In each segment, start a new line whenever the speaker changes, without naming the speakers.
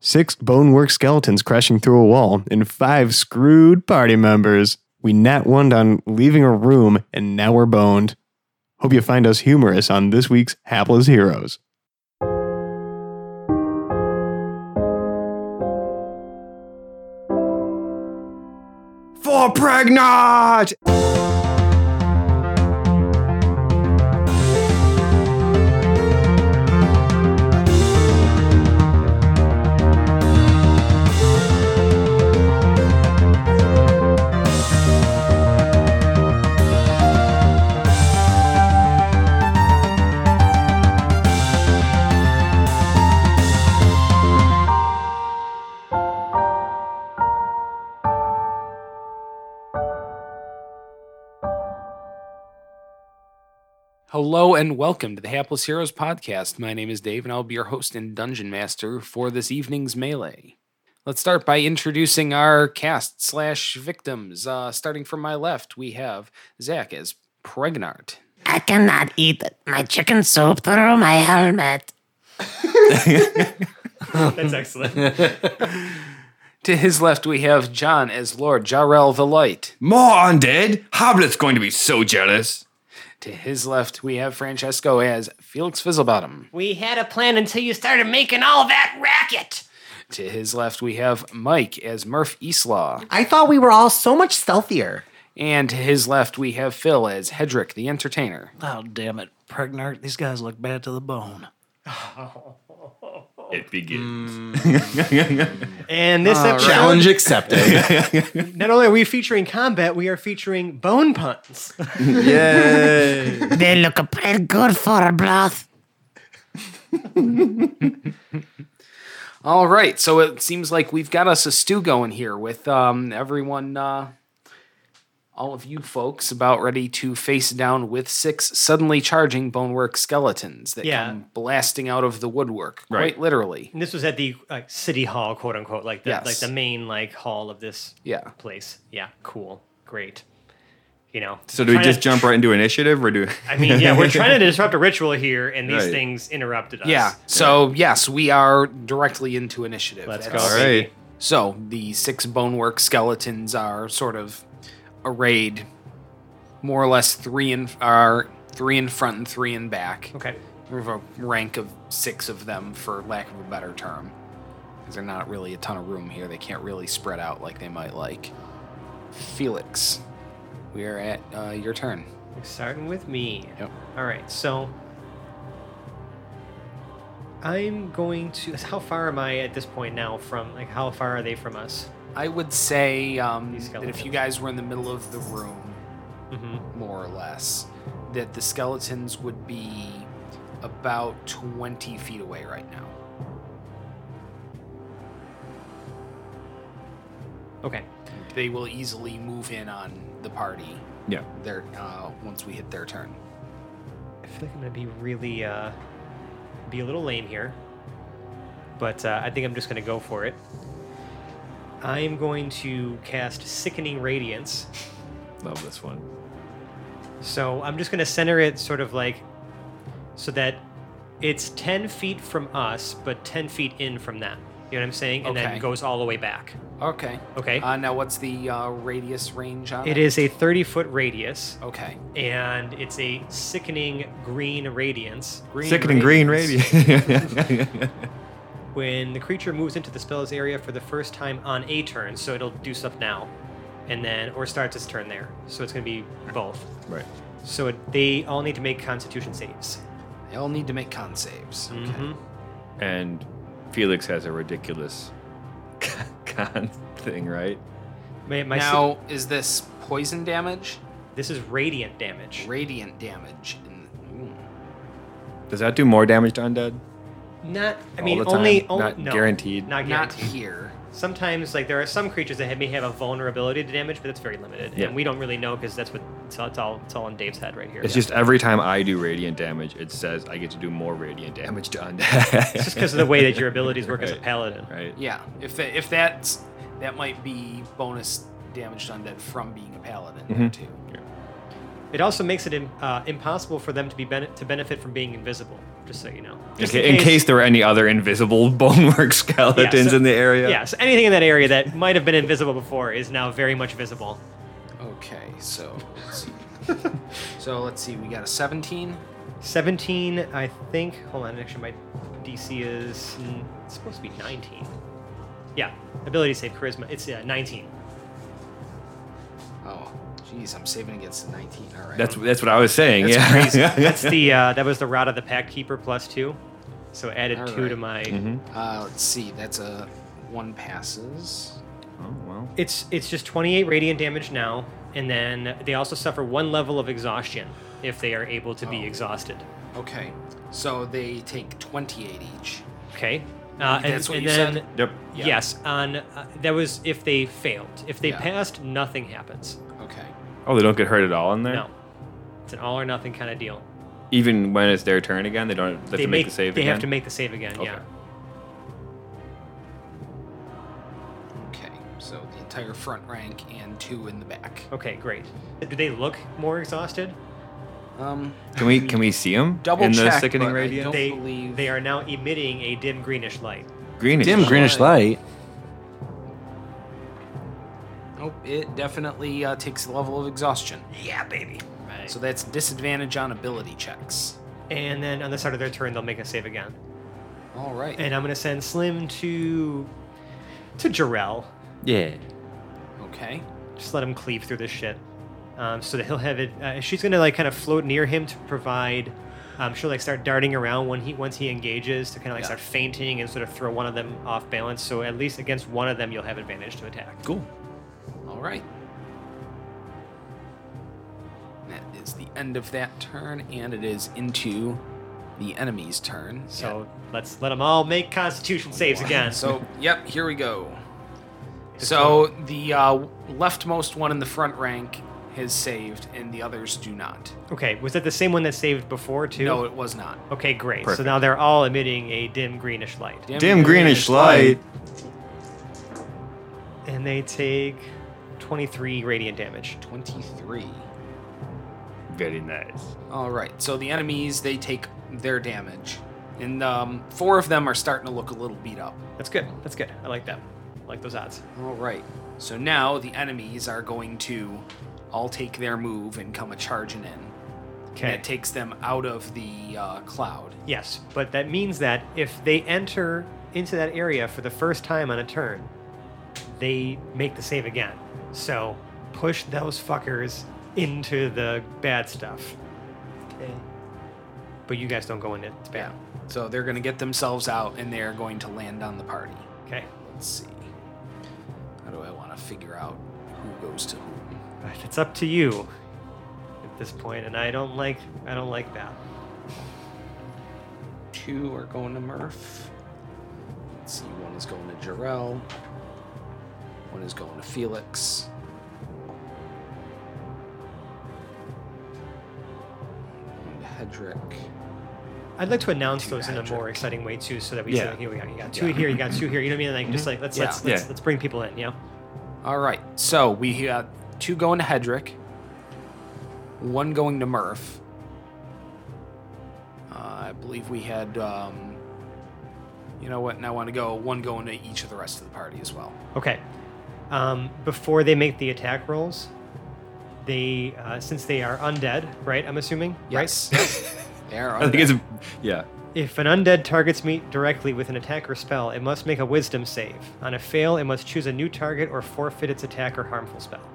six bonework skeletons crashing through a wall, and five screwed party members. We nat one on leaving a room, and now we're boned. Hope you find us humorous on this week's Hapless Heroes. For pregnant!
Hello and welcome to the Hapless Heroes podcast. My name is Dave, and I'll be your host and dungeon master for this evening's melee. Let's start by introducing our cast slash victims. Uh, starting from my left, we have Zach as Pregnart.
I cannot eat my chicken soup through my helmet.
That's excellent.
To his left, we have John as Lord Jarrell the Light.
More undead? Hoblet's going to be so jealous.
To his left, we have Francesco as Felix Fizzlebottom.
We had a plan until you started making all that racket.
To his left, we have Mike as Murph Eastlaw.
I thought we were all so much stealthier.
And to his left, we have Phil as Hedrick the Entertainer.
Oh, damn it. Pregnant. These guys look bad to the bone.
It
Mm.
begins.
And this
Uh,
episode,
Challenge accepted.
not only are we featuring combat, we are featuring bone puns.
They look pretty good for a broth.
All right, so it seems like we've got us a stew going here with um, everyone, uh, all of you folks, about ready to face down with six suddenly charging bonework skeletons that
Yeah.
come blasting out of the woodwork, quite
Right.
literally.
And this was at the uh, city hall, quote unquote, like the
Yes.
like the main like hall of this
Yeah.
place. Yeah, cool, great. You know.
So do we
trying to-
just jump right into initiative, or do?
I mean, yeah, we're trying to disrupt a ritual here, and these
Right.
things interrupted us.
Yeah, so yes, we are directly into initiative.
Let's
That's-
go.
All right.
So the six bonework skeletons are sort of arrayed, more or less three in are three in front and three in back.
Okay.
We have a rank of six of them, for lack of a better term. Because there's not really a ton of room here. They can't really spread out like they might like. Felix, we are at uh, your turn.
We're starting with me.
Yep.
All right, so I'm going to. How far am I at this point now? From like, how far are they from us?
I would say um,
These
that if you
skeletons.
guys were in the middle of the room,
Mm-hmm.
more or less, that the skeletons would be about 20 feet away right now.
Okay.
They will easily move in on the party.
Yeah.
Their, uh, once we hit their turn.
I feel like I'm gonna be really, uh, be a little lame here, but uh, I think I'm just gonna go for it. I'm going to cast Sickening Radiance.
Love this one.
So I'm just going to center it sort of like so that it's 10 feet from us, but 10 feet in from them. You know what I'm saying? And
Okay.
then goes all the way back.
Okay.
Okay.
Uh, now, what's the uh, radius range on it?
it is a 30 foot radius,
Okay.
and it's a sickening green radiance.
Green
Sickening green radiant.
When the creature moves into the spell's area for the first time on a turn, so it'll do stuff now, and then, or starts its turn there. So it's going to be both.
right.
So it, they all need to make constitution saves.
They all need to make con saves. Okay.
Mhm.
And Felix has a ridiculous con thing, right?
My, my sa-
Now, is this poison damage,
This is radiant damage.
radiant damage? And, ooh.
Does that do more damage to undead?
Not, I mean,
All the time?
only, only
Not
no,
guaranteed?
Not
Not
guaranteed.
here.
Sometimes, like there are some creatures that have, may have a vulnerability to damage, but that's very limited,
Yeah.
and we don't really know because that's what it's all, it's all it's all in Dave's head right here.
It's just every time I do radiant damage, it says I get to do more radiant damage to undead.
it's just because of the way that your abilities work as a
Right.
paladin.
Right.
Yeah. If that, if that's that might be bonus damage to undead from being a paladin there
Mhm.
too.
It also makes it im- uh, impossible for them to be ben- to benefit from being invisible. just so you know.
In,
Just
ca- in case. there were any other invisible bonework skeletons
Yeah, so-
in the area.
Yeah, so anything in that area that might have been invisible before is now very much visible.
Okay, so let's see. so let's see. We got a 17.
17, I think. Hold on, actually, my DC is mm, it's supposed to be 19. Yeah, ability save charisma. It's uh, 19.
Oh, jeez, I'm saving against the 19. All right.
That's that's what I was saying.
That's
yeah.
crazy.
That's the uh, that was the route of the pack keeper plus two, so added
All
two to
right.
my.
Mm-hmm.
Uh, let's see. That's a one passes.
Oh, well.
It's it's just 28 radiant damage now, and then they also suffer one level of exhaustion if they are able to be
Oh.
exhausted.
Okay, so they take 28 each.
Okay. Uh, and,
That's what
and
you
then
said?
Yep.
Yeah.
yes, on uh, that was if they failed. If they
Yeah.
passed, nothing happens.
Okay.
Oh, they don't get hurt at all in there.
No, it's an all or nothing kind of deal.
Even when it's their turn again, they don't they have to make, the save
They
again.
have to make the save again. Yeah.
Okay.
Okay, so the entire front rank and two in the back.
Okay, great. Do they look more exhausted?
Um,
Can we can we see them
double
in the
check,
sickening
but I
radiant?
don't
They
believe-
they are now emitting a dim greenish light.
Greenish.
Dim greenish light.
nope, it definitely uh, takes the level of exhaustion.
Yeah, baby. Right.
So that's disadvantage on ability checks.
and then on the start of their turn, they'll make a save again.
All right.
And I'm gonna send Slim to to Jarrell.
Yeah.
okay.
Just let him cleave through this shit. Um, so that he'll have it. Uh, she's gonna like kind of float near him to provide. Um, she'll like start darting around when he once he engages to kind of like
Yeah.
start fainting and sort of throw one of them off balance. So at least against one of them, you'll have advantage to attack.
Cool.
All right. That is the end of that turn, and it is into the enemy's turn.
So let's let them all make Constitution saves again.
So, yep, here we go. So the uh, leftmost one in the front rank has saved, and the others do not.
okay, was that the same one that saved before too?
No, it was not.
Okay, great. So
Perfect.
now they're all emitting a dim greenish light,
Dim greenish light.
and they take twenty-three radiant damage.
23.
Very nice.
All right. So the enemies, they take their damage. And um, four of them are starting to look a little beat up.
That's good. That's good. I like that. I like those odds.
All right. So now the enemies are going to all take their move and come a charging in. And
Okay.
it takes them out of the uh, cloud.
yes, but that means that if they enter into that area for the first time on a turn, they make the save again. So push those fuckers into the bad stuff. Okay. But you guys don't go into it's bad.
Yeah. So they're going to get themselves out and they're going to land on the party.
Okay.
Let's see. How do I want to figure out who goes to who?
It's up to you at this point, and I don't like I don't like that.
Two are going to Murph. Let's see, one is going to Jarrell. One is going to Felix. One to Hedrick.
I'd like to announce
Two
those in a
magic.
more exciting way too, so that we
Yeah.
say, here we got, you got two here, you got two here. You know what I mean? Like just like let's
Yeah.
let's let's,
Yeah.
let's bring people in. You know.
All right, so we got two going to Hedrick, one going to Murph. Uh, I believe we had, um, you know what, and I want to go one going to each of the rest of the party as well.
Okay. Um, before they make the attack rolls, they uh, since they are undead, right? I'm assuming.
Yes. they are
I think it's
undead.
a, yeah.
If an undead targets me directly with an attack or spell, it must make a Wisdom save. On a fail, it must choose a new target or forfeit its attack or harmful spell.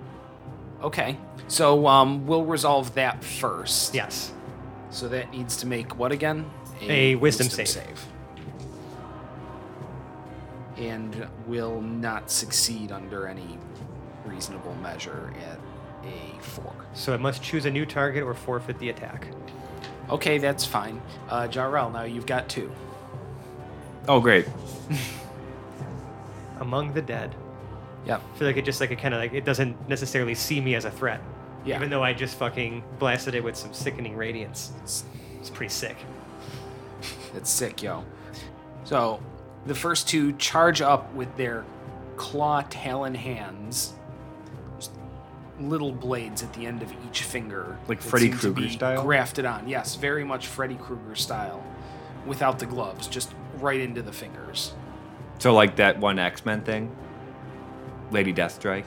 Okay, so um, we'll resolve that first.
Yes.
So that needs to make what again?
A wisdom save.
save. And will not succeed under any reasonable measure at a four.
So it must choose a new target or forfeit the attack.
Okay, that's fine. Uh, Jarrell, now you've got two.
Oh great.
Among the dead.
Yep.
I feel like it just like it kind of like it doesn't necessarily see me as a threat.
Yeah.
Even though I just fucking blasted it with some sickening radiance.
It's,
It's pretty sick.
it's sick, yo. So the first two charge up with their claw talon hands. Just Little blades at the end of each finger,
Like
that
Freddy
seem to
Krueger
be
style?
grafted on. Yes, very much Freddy Krueger style. without the gloves, just right into the fingers.
So like that one X Men thing, Lady Deathstrike.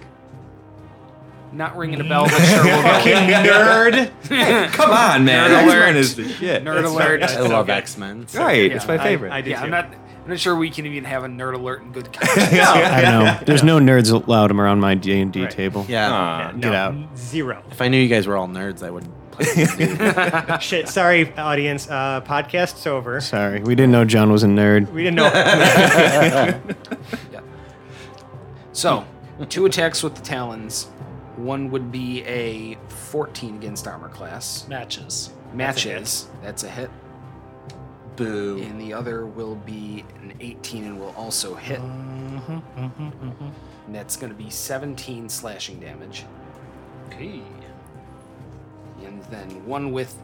Not ringing a bell, but sure we'll go.
nerd. Hey, come on, man.
Nerd
X-Men
alert.
is the shit.
Nerd alert.
I love X Men.
Right,
Yeah,
it's my
I-
favorite.
I, did
Yeah,
too.
I'm not. I'm not sure we can even have a nerd alert in good conscience.
I know. There's no nerds allowed around my D and D
Right.
table.
Yeah.
Aw.
No,
Get out.
Zero.
If I knew you guys were all nerds, I wouldn't. Play.
Shit. Sorry, audience. Uh, podcast's over.
Sorry, we didn't know John was a nerd.
We didn't know.
So, two attacks with the talons. One would be a 14 against armor class.
Matches.
Matches. That's a hit.
Boo.
And the other will be an 18 and will also hit.
Mm-hmm,
And that's going to be 17 slashing damage.
Okay.
And then one with.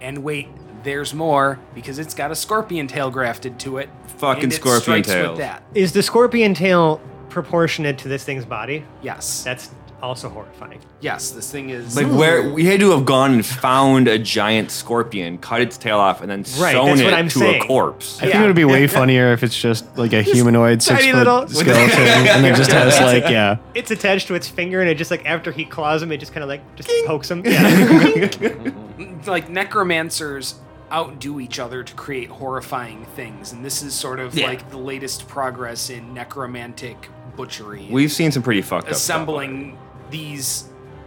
And wait, there's more because it's got a scorpion tail grafted to it.
Fucking
and it
scorpion
strikes
tails.
With that.
Is the scorpion tail proportionate to this thing's body?
Yes.
That's also horrifying.
yes, this thing is.
Like where we had to have gone and found a giant scorpion, cut its tail off, and then sewn
that's what
it
I'm
to
saying.
a corpse.
I think it would be way funnier if it's just like a humanoid six
tiny
foot
little-
skeleton, and it just has like yeah,
It's attached to its finger, and it just like after he claws him, it just kind of like just pokes him. Yeah.
Mm, like necromancers outdo each other to create horrifying things and this is sort of like the latest progress in necromantic butchery and
We've seen some pretty fucked up
assembling these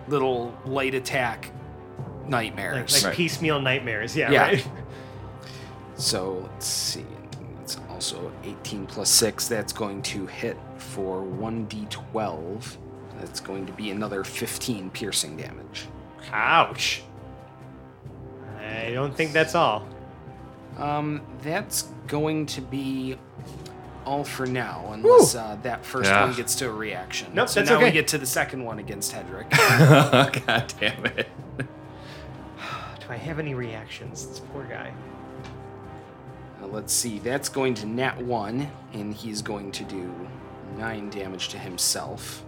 little light attack
like,
nightmares
like
Right.
piecemeal nightmares. Yeah.
Yeah.
Right?
so let's see it's also 18 plus 6 that's going to hit for 1d12 that's going to be another 15 piercing damage
Ouch. I don't think that's all.
Um, that's going to be all for now, unless uh, that first
Yeah.
one gets to a reaction.
Nope,
so
that's
now we
okay.
get to the second one against Hedrick. Uh,
stuff. God damn it.
Do I have any reactions? This poor guy.
Uh, let's see, that's going to nat one, and he's going to do nine damage to himself.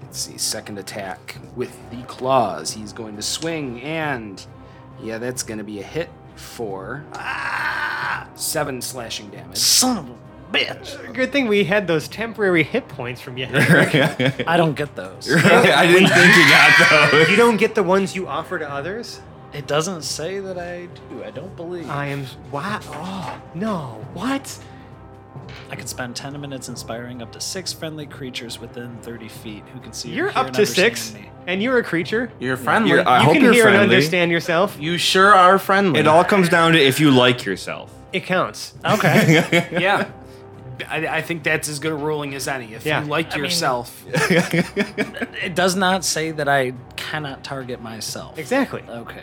Let's see, second attack with the claws. He's going to swing, and yeah, that's going to be a hit for
Ah!
seven slashing damage.
Son of a bitch.
Good thing we had those temporary hit points from you.
I don't get those.
I didn't think you got those.
you don't get the ones you offer to others.
It doesn't say that I do. I don't believe.
I am. Wow. Oh no. What?
I could spend 10 minutes inspiring up to six friendly creatures within 30 feet who can see or
You're
hear
up
and
to six,
understand me.
and you're a creature.
You're friendly.
You're- I
you
hope
can
you're
hear and
friendly.
understand yourself.
you sure are friendly.
It all comes down to if you like yourself.
It counts.
Okay.
yeah. I, I think that's as good a ruling as any. If
Yeah.
you like
I mean-
yourself,
it does not say that I cannot target myself.
Exactly.
Okay.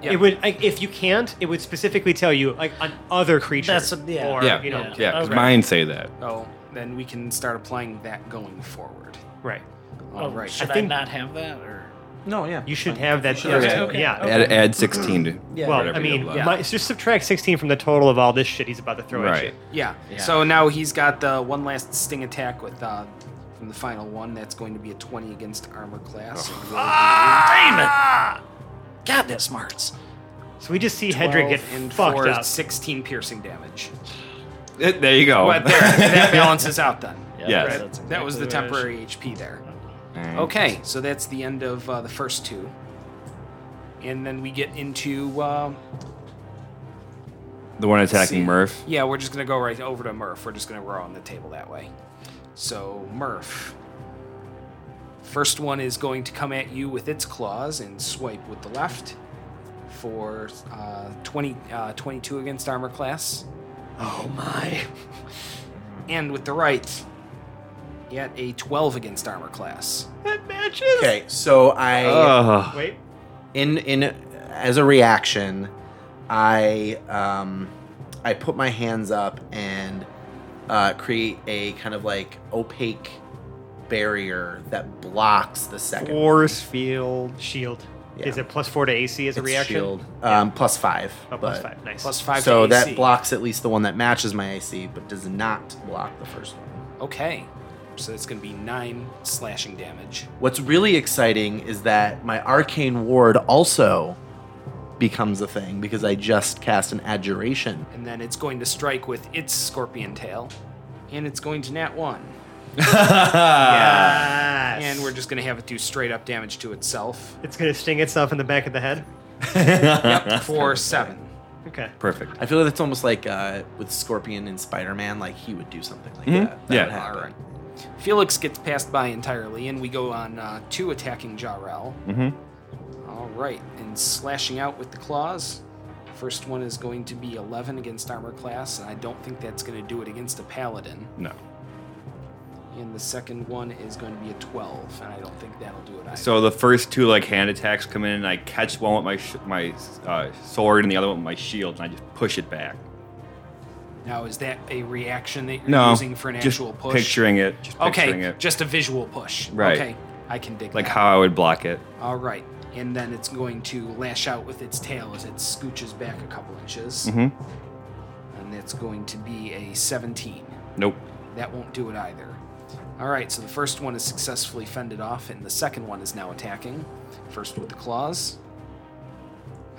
Yeah.
It would like, if you can't, it would specifically tell you like an other creature.
That's what- yeah.
Or
yeah,
you know.
yeah, 'cause
okay.
mine say that.
Oh, then we can start applying that going forward.
Right. Oh,
All right.
Should I,
think-
not have that or?
No, yeah.
You should have that.
Sure.
yeah.
Okay,
okay,
yeah.
okay.
Add, add 16 to
Yeah.
Well,
whatever
I
you
mean,
love.
my, just subtract 16 from the total of all this shit he's about to throw at
Right.
you.
Yeah. So now he's got the one last sting attack with uh, from the final one. That's going to be a twenty against armor class. and will be
Ah!
God, that smarts.
So we just see Hedrick get
12 and
fucked
for
up.
Sixteen piercing damage.
It- there you
Oh.
go.
But there, that balances out then.
Yes.
that's
That was
exactly
the
what I should-
temporary HP there.
Mm.
Okay, so that's the end of uh, the first two, and then we get into uh,
The one attacking
See.
Murph.
Yeah, we're just gonna go right over to Murph. We're just gonna row on the table that way. So Murph, first one is going to come at you with its claws and swipe with the left for uh, 20, uh, 22 against armor class.
Oh my.
And with the right, yet a 12 against armor class.
That matches.
Okay, so I
Uh.
Ugh.
Wait.
in in as a reaction, I um I put my hands up and uh, create a kind of like opaque barrier that blocks the second.
Force field shield.
Yeah.
Is it plus four to AC as a
It's
reaction?
shield. Um, plus five.
Oh, plus
but-
five. Nice.
Plus 5
so
to
that
AC.
blocks at least the one that matches my AC, but does not block the first one.
Okay. So that's going to be 9 slashing damage.
What's really exciting is that my arcane ward also becomes a thing because I just cast an adjuration.
And then it's going to strike with its scorpion tail. And it's going to nat 1.
Yes.
And we're just going to have it do straight up damage to itself
It's gonna sting itself in the back of the head.
for 7.
Okay.
Perfect.
I feel like it's almost like uh, with Scorpion and Spider Man, like he would do something like
Mhm.
that. that
Yeah.
would happen.
Alright. Felix gets passed by entirely, and we go on uh, two attacking Jarrell.
Mm-hmm.
All right, and slashing out with the claws. First one is going to be 11 against armor class, and I don't think that's going to do it against a paladin.
No.
And the second one is going to be a 12, and I don't think that'll do it either.
So the first two like hand attacks come in, and I catch one with my sh- my uh, sword and the other one with my shield, and I just push it back.
now, is that a reaction that you're
No,
using for an
just
actual push?
picturing it. Just picturing
okay,
it.
just a visual push.
Right.
Okay, I can dig
like
that.
how I would block it.
All right, and then it's going to lash out with its tail as it scooches back a couple inches,
Mm-hmm.
and that's going to be a 17.
Nope.
That won't do it either. All right, so the first one is successfully fended off, and the second one is now attacking. First with the claws.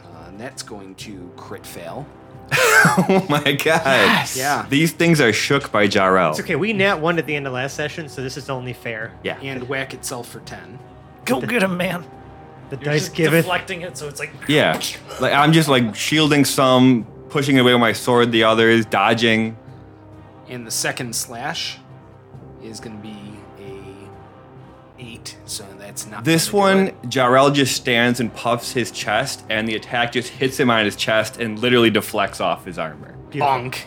Uh, and that's going to crit fail.
oh my god.
Yeah.
These things are shook by Jarrell.
It's okay. We nat one at the end of last session, so this is only fair.
Yeah.
And whack itself for 10.
Go get him, man.
The
You're
dice
just
giveth.
deflecting it, so it's like
Yeah. Like I'm just like shielding some, pushing away with my sword the others, dodging.
And the second slash is going to be a 8, so that's not.
This
gonna
one,
do it.
Jarrell just stands and puffs his chest, and the attack just hits him on his chest and literally deflects off his armor.
Bonk.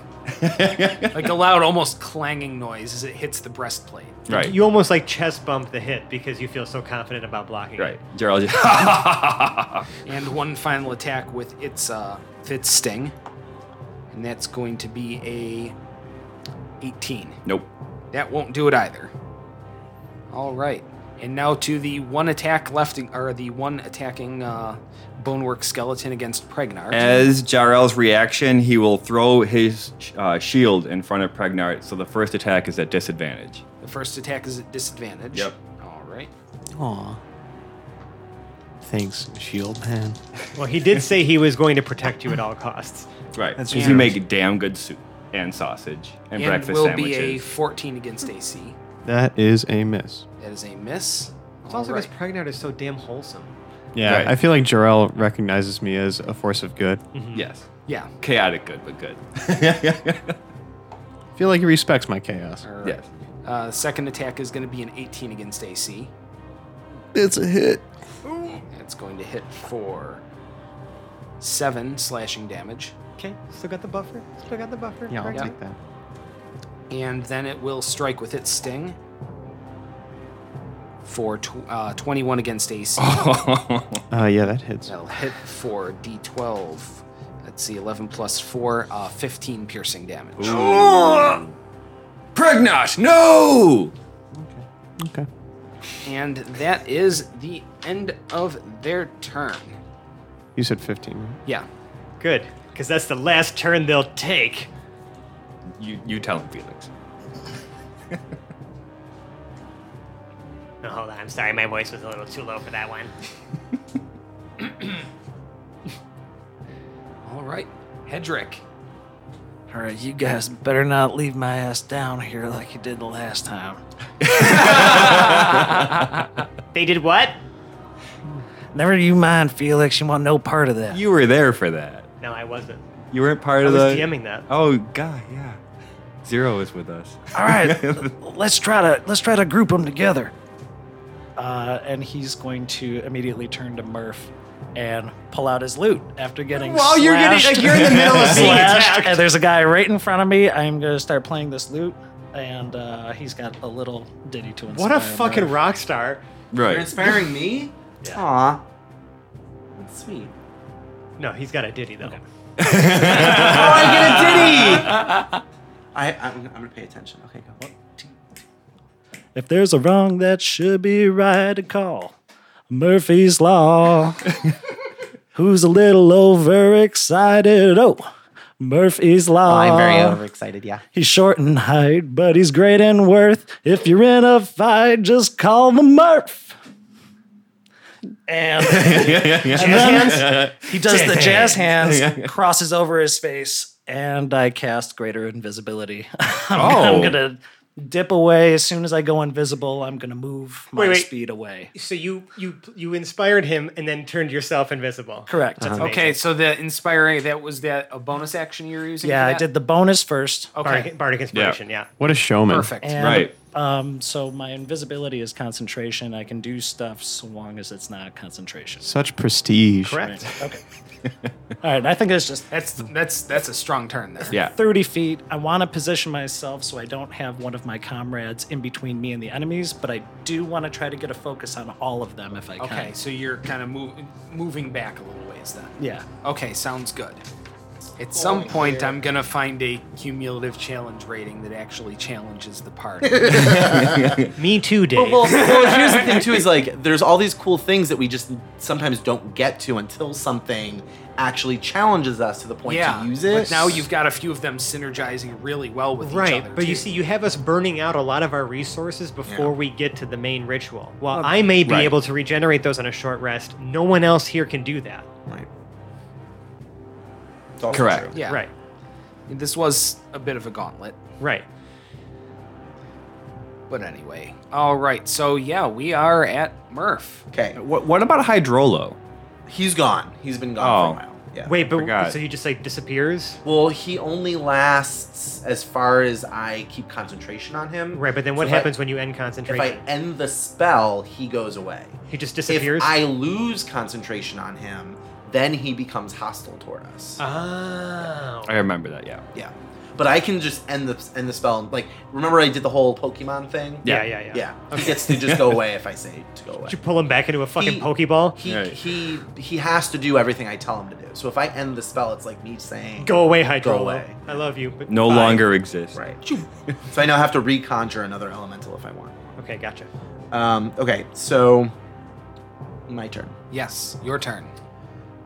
like a loud, almost clanging noise as it hits the breastplate.
Right.
You almost like chest bump the hit because you feel so confident about blocking.
Right. Jarrell just.
And one final attack with its uh, with its sting, and that's going to be a 18.
nope.
That won't do it either. All right, and now to the one attack left, or the one attacking uh, bonework skeleton against Pregnar.
As Jarrell's reaction, he will throw his uh, shield in front of Pregnart, so the first attack is at disadvantage.
the first attack is at disadvantage.
Yep.
All right.
Aw. Thanks, Shield Man.
it. Well, he did say he was going to protect you at all costs.
Right.
That's
Because
true.
you make damn good soup and sausage and,
and
breakfast
will
sandwiches.
be a 14 against AC.
That is a miss.
That is a miss.
It's
All
also
right.
because Pregnant is so damn wholesome.
Yeah,
Right. Mm.
I feel like Jarrell recognizes me as a force of good.
yes.
yeah.
Chaotic good, but good.
I feel like he respects my chaos.
All right.
yes.
Uh, second attack is going to be an 18 against AC.
It's a hit.
It's going to hit for seven slashing damage,
Okay, still got the buffer. Still got the buffer.
Yeah, I'll
Pregnant.
take that.
and then it will strike with its sting for tw- uh, 21 against AC.
Oh.
Uh, yeah, that hits.
That'll hit for D12. Let's see, 11 plus 4, uh, 15 piercing damage.
Pregnant! No!
Okay.
And that is the end of their turn.
You said 15, right?
Yeah.
Good, because that's the last turn they'll take.
You, you tell him, Felix.
No, Oh, hold on. I'm sorry, my voice was a little too low for that one.
All right. Hedrick.
All right, you guys better not leave my ass down here like you did the last time.
They did what?
Never you mind, Felix. You want no part of that.
You were there for that.
No, I wasn't.
You weren't part
I
of
was
the.
DMing that.
Oh, God, yeah. Zero is with us.
All right, l- let's try to let's try to group them together. Uh, and he's going to immediately turn to Murph and pull out his loot after getting.
Wow, you're getting-
slashed-
like, you're in the middle of being
slashed,
attacked.
And there's a guy right in front of me. I'm going to start playing this loot, and uh, he's got a little ditty to inspire.
What a fucking
Murph.
rock star.
You're
Right.
inspiring me? Aw. That's sweet.
No, he's got a ditty though.
Oh, I get a ditty! I, I'm, I'm gonna pay attention. Okay, go.
If there's a wrong that should be right to call, Murphy's Law. Who's a little overexcited? Oh, Murphy's Law.
overexcited, yeah.
He's short in height, but he's great in worth. If you're in a fight, just call him Murph. and
yeah, yeah.
And then he does the jazz hands, crosses over his face, and I cast greater invisibility. I'm, gonna, I'm
Oh.
gonna dip away as soon as I go invisible. I'm gonna move my
Wait, wait.
speed away.
So you you you inspired him and then turned yourself invisible.
Correct.
Okay, so the inspiring that was that a bonus action you were using?
Yeah,
for
I
that?
did the bonus first,
Okay,
Bardic, bardic inspiration. Yeah.
What a showman.
perfect.
and
Right.
um, so my invisibility is concentration. I can do stuff so long as it's not concentration.
Such prestige.
Correct.
Okay. All right. I think it's just
That's that's that's a strong turn there.
Yeah.
30 feet. I want to position myself so I don't have one of my comrades in between me and the enemies, but I do want to try to get a focus on all of them if I can.
Okay, so you're kind of move, moving back a little ways then.
Yeah.
Okay, sounds good. At some point, I'm gonna find a cumulative challenge rating that actually challenges the party.
Me too, Dave.
Well, well, here's the thing too is like there's all these cool things that we just sometimes don't get to until something actually challenges us to the point
yeah,
to use it.
but now you've got a few of them synergizing really well with each
right,
other.
but you
too.
see, you have us burning out a lot of our resources before
Yeah.
we get to the main ritual. While I may be
Right.
able to regenerate those on a short rest, no one else here can do that.
Right. It's also
Correct.
true.
yeah,
Right.
This was a bit of a gauntlet.
Right.
But anyway, all right. So yeah, we are at Murph.
Okay.
What, what about Hydrolo?
He's gone. He's been gone
Oh.
for a while. Yeah.
Wait, but
forgot.
so he just like disappears?
Well, he only lasts as far as I keep concentration on him.
Right, but then
So
what
if I-
happens when you end
If I
concentration?
end the spell, he goes away.
he just
If
disappears?
I lose concentration on him, then he becomes hostile toward us.
Uh. oh.
I remember that. Yeah.
Yeah, but I can just end the end the spell. Like, remember I did the whole Pokemon thing.
Yeah, yeah, yeah.
yeah. He gets to just go away if I say to go away.
Did you pull him back into a fucking
He-
Pokeball?
He
Right.
he he has to do everything I tell him to do. So if I end the spell, it's like me saying
Go away, Hydro.
away.
I love you, but
No
Bye.
longer exists.
Right. so I now have to reconjure another elemental if I want.
Okay, gotcha.
Um, okay, so my turn.
Yes, your turn.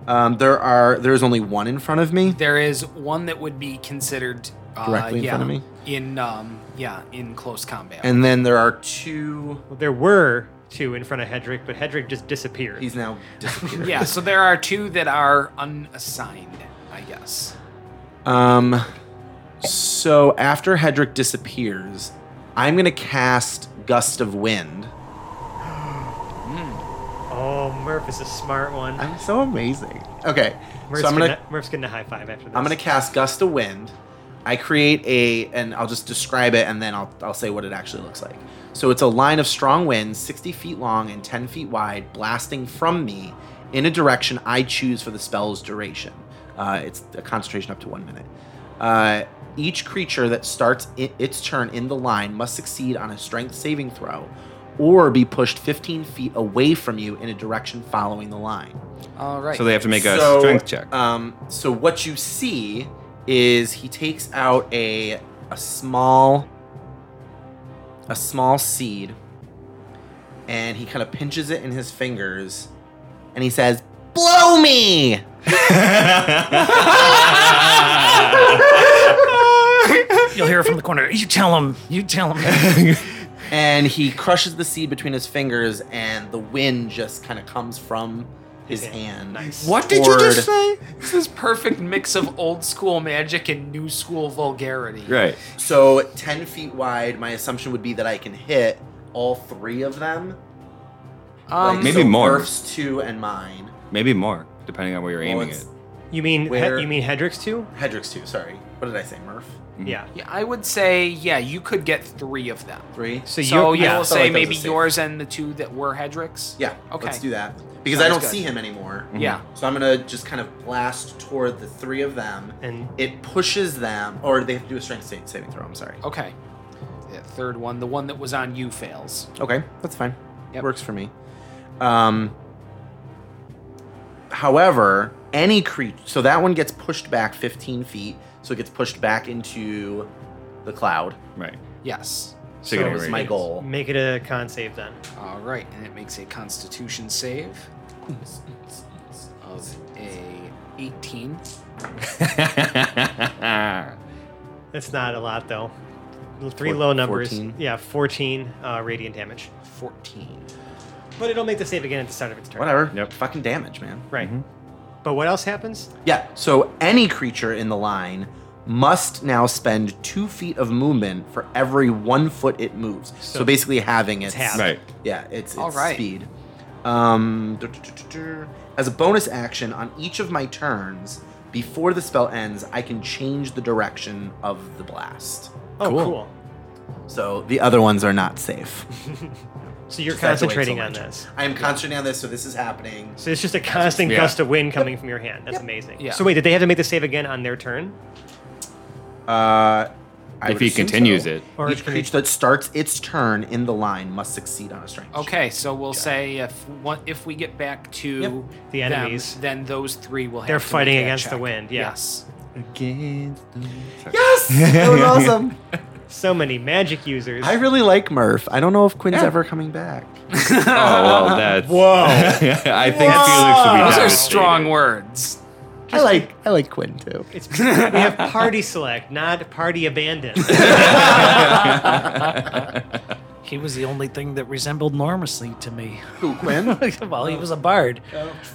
Um, there are there is only one in front of me.
There is one that would be considered uh,
Directly in
yeah,
front of me?
In um, yeah, in close combat.
And then there are two.
Well, there were two in front of Hedrick, but Hedrick just disappeared.
He's now disappeared.
yeah, so there are two that are unassigned, I guess.
Um, so after Hedrick disappears, I'm gonna cast Gust of Wind.
oh, Murph is a smart one.
I'm so amazing. Okay,
Murph's,
so I'm
gonna,
gonna
Murph's getting a high five after this.
I'm gonna cast Gust of Wind. I create a, and I'll just describe it, and then I'll, I'll say what it actually looks like. So it's a line of strong winds, 60 feet long and 10 feet wide, blasting from me in a direction I choose for the spell's duration. Uh, it's a concentration up to one minute. Uh, each creature that starts i- its turn in the line must succeed on a strength saving throw or be pushed 15 feet away from you in a direction following the line.
All right.
So they have to make a
So,
strength check.
Um, so what you see is he takes out a a small a small seed and he kind of pinches it in his fingers and he says, "Blow me!"
You'll hear from the corner. You tell him. You tell him.
And he crushes the seed between his fingers and the wind just kind of comes from his hand.
Nice.
what did you just
Sword.
say? This is perfect mix of old school magic and new school vulgarity.
right.
So 10 feet wide, my assumption would be that I can hit all three of them.
Um,
Like,
Maybe
so
more.
Murph's two and mine.
Maybe more, depending on where you're aiming
it's-
it.
You mean
Where-
he, you mean Hedrick's too?
Hedrick's two, sorry. What did I say, Murph?
Yeah.
yeah, I would say yeah, you could get three of them.
Three?
So you
So
yeah.
I will
felt like
say
that was
maybe
a safe.
yours and the two that were Hedrick's.
Yeah,
Okay.
let's do that. Because I
Sounds
don't
good.
see him anymore.
Yeah.
So I'm going to just kind of blast toward the three of them.
and
It pushes them, or they have to do a strength sa- saving throw, I'm sorry.
Okay. That third one, the one that was on you, fails.
Okay, that's fine.
Yep.
Works for me. Um, however, any creature. So that one gets pushed back 15 feet. So it gets pushed back into the cloud.
Right.
Yes.
So, you're
that
gonna
was
rate
my
it.
goal.
make it a con save then.
All right, and it makes a Constitution save of a 18.
That's not a lot though. Three
Four-
low numbers.
14.
Yeah, fourteen uh, radiant damage.
14.
But it'll make the save again at the start of its turn.
Whatever.
Yep.
Fucking damage, man.
Right. But what else happens?
Yeah. So any creature in the line must now spend two feet of movement for every one foot it moves. So,
So
basically, having its,
halved.
Right.
Yeah, it's, it's
All right.
speed. Um, dur- dur- dur- dur. as a bonus action on each of my turns before the spell ends, I can change the direction of the blast.
Oh,
Cool.
cool.
So the other ones are not safe.
So you're
Just had to wait
concentrating
so
on
much.
this.
I am concentrating on this, so this is happening.
So it's just a constant
Yeah.
gust of wind coming from your hand. That's amazing.
Yeah.
So wait, did they have to make the save again on their turn?
Uh, I
if
would
he
assume
continues
so.
it.
Or
Each
can
creature that starts its turn in the line must succeed on a strength. check.
Okay, so we'll say if one, if we get back to
Yep. The
them,
enemies.
then those three will. have
They're
to make
fighting
that
against
check.
the wind, yeah.
Yes.
Yes, that was awesome.
So many magic users.
I really like Murph. I don't know if Quinn's ever coming back.
Oh well, that's.
Whoa.
I think Felix would be.
Ah, Those are
devastated.
strong words.
I like I like Quinn too.
It's, we have party select, not party abandon.
He was the only thing that resembled normalcy to me.
Who Quinn? Oh,
well,
Oh.
he was a bard.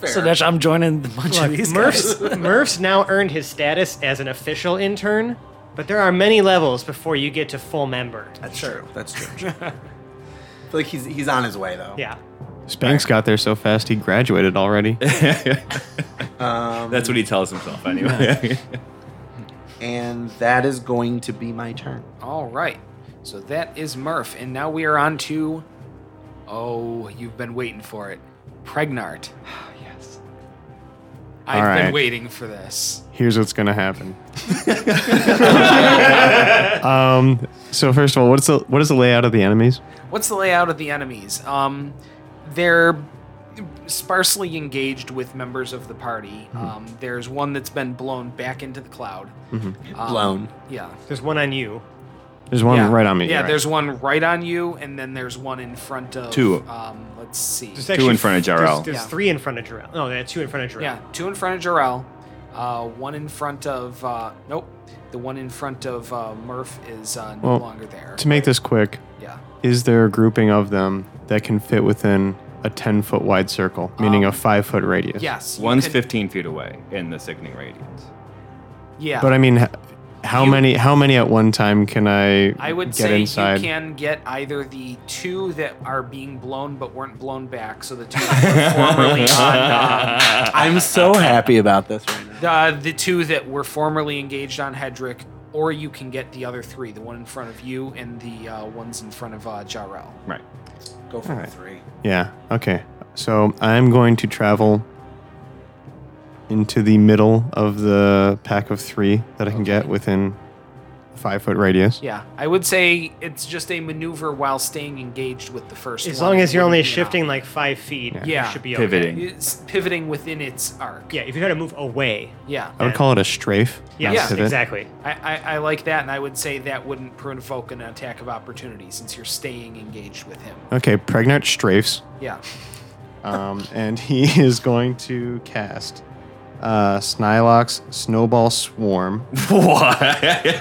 So that's, I'm joining a bunch of these
Murph's,
guys.
Murph's now earned his status as an official intern, but there are many levels before you get to full member.
That's true. That's true. I feel like he's he's on his way though.
Yeah.
Spanx got there so fast he graduated already.
Um,
That's what he tells himself anyway.
and that is going to be my turn.
All right. So that is Murph, and now we are on to. Oh, you've been waiting for it, Pregnart.
Yes.
I've been
right.
waiting for this.
Here's what's gonna happen. um, so first of all, what's the what is the layout of the enemies?
What's the layout of the enemies? Um, they're sparsely engaged with members of the party.
Hmm.
Um, there's one that's been blown back into the cloud. Um,
Blown.
Yeah.
There's one on you.
There's one
yeah.
right on me.
Yeah,
you're right.
there's one right on you, and then there's one in front of
Two.
Um, let's see.
There's
in front of Jarrell.
There's, there's
Yeah.
three in front of Jarrell. No, there are two in front of Jarrell.
Yeah, two in front of Jarrell, uh, one in front of uh, nope. The one in front of uh, Murph is uh, no
Well,
longer there.
to make this quick,
yeah,
is there a grouping of them that can fit within a 10 foot wide circle, meaning a
Um,
five foot radius?
yes. you
One's
can-
15 feet away in the sickening radiance.
Yeah,
But I mean, h- how
You-
many how many at one time can I,
I would
get
say
inside?
you can get either the two that are being blown but weren't blown back, so the two that were formerly on uh,
I'm so happy about this right now.
uh, the two that were formerly engaged on Hedrick, or you can get the other three, the one in front of you and the uh, ones in front of uh, Jarrell.
Right.
Go for
All right.
the three.
Yeah. Okay. So I'm going to travel into the middle of the pack of three that I can get within a five foot radius.
Yeah, I would say it's just a maneuver while staying engaged with the first.
As
one.
long as you're only
You know,
shifting like five feet,
Yeah.
you should be okay.
Pivoting.
it's pivoting within its arc.
Yeah, if you try to move away.
yeah.
I would call it a strafe. not
Yeah,
a
Yeah,
pivot.
exactly.
I, I, I like that, and I would say that wouldn't provoke an attack of opportunity since you're staying engaged with him.
Okay. Pregnant strafes.
Yeah,
Um, and he is going to cast uh, Snylock's Snowball Swarm
What?
at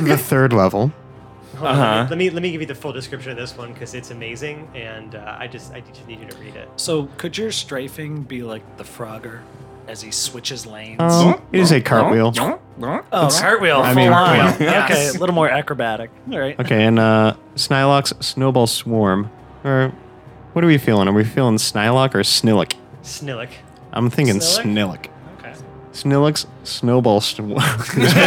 the third level.
Hold on,
Uh-huh.
let me let me give you the full description of this one because it's amazing, and uh, I just I just need you to read it.
So could your strafing be like the Frogger as he switches lanes?
Um, it is a cartwheel.
oh, cartwheel.
I
full
mean,
on.
yeah.
Okay,
Yes.
a little more acrobatic. All right.
Okay, and uh, Snylock's Snowball Swarm. Or what are we feeling? Are we feeling Snylock or Snillick?
Snillick.
I'm thinking
Snillick?
Snillick.
Okay.
Snillick's Snowball Swarm.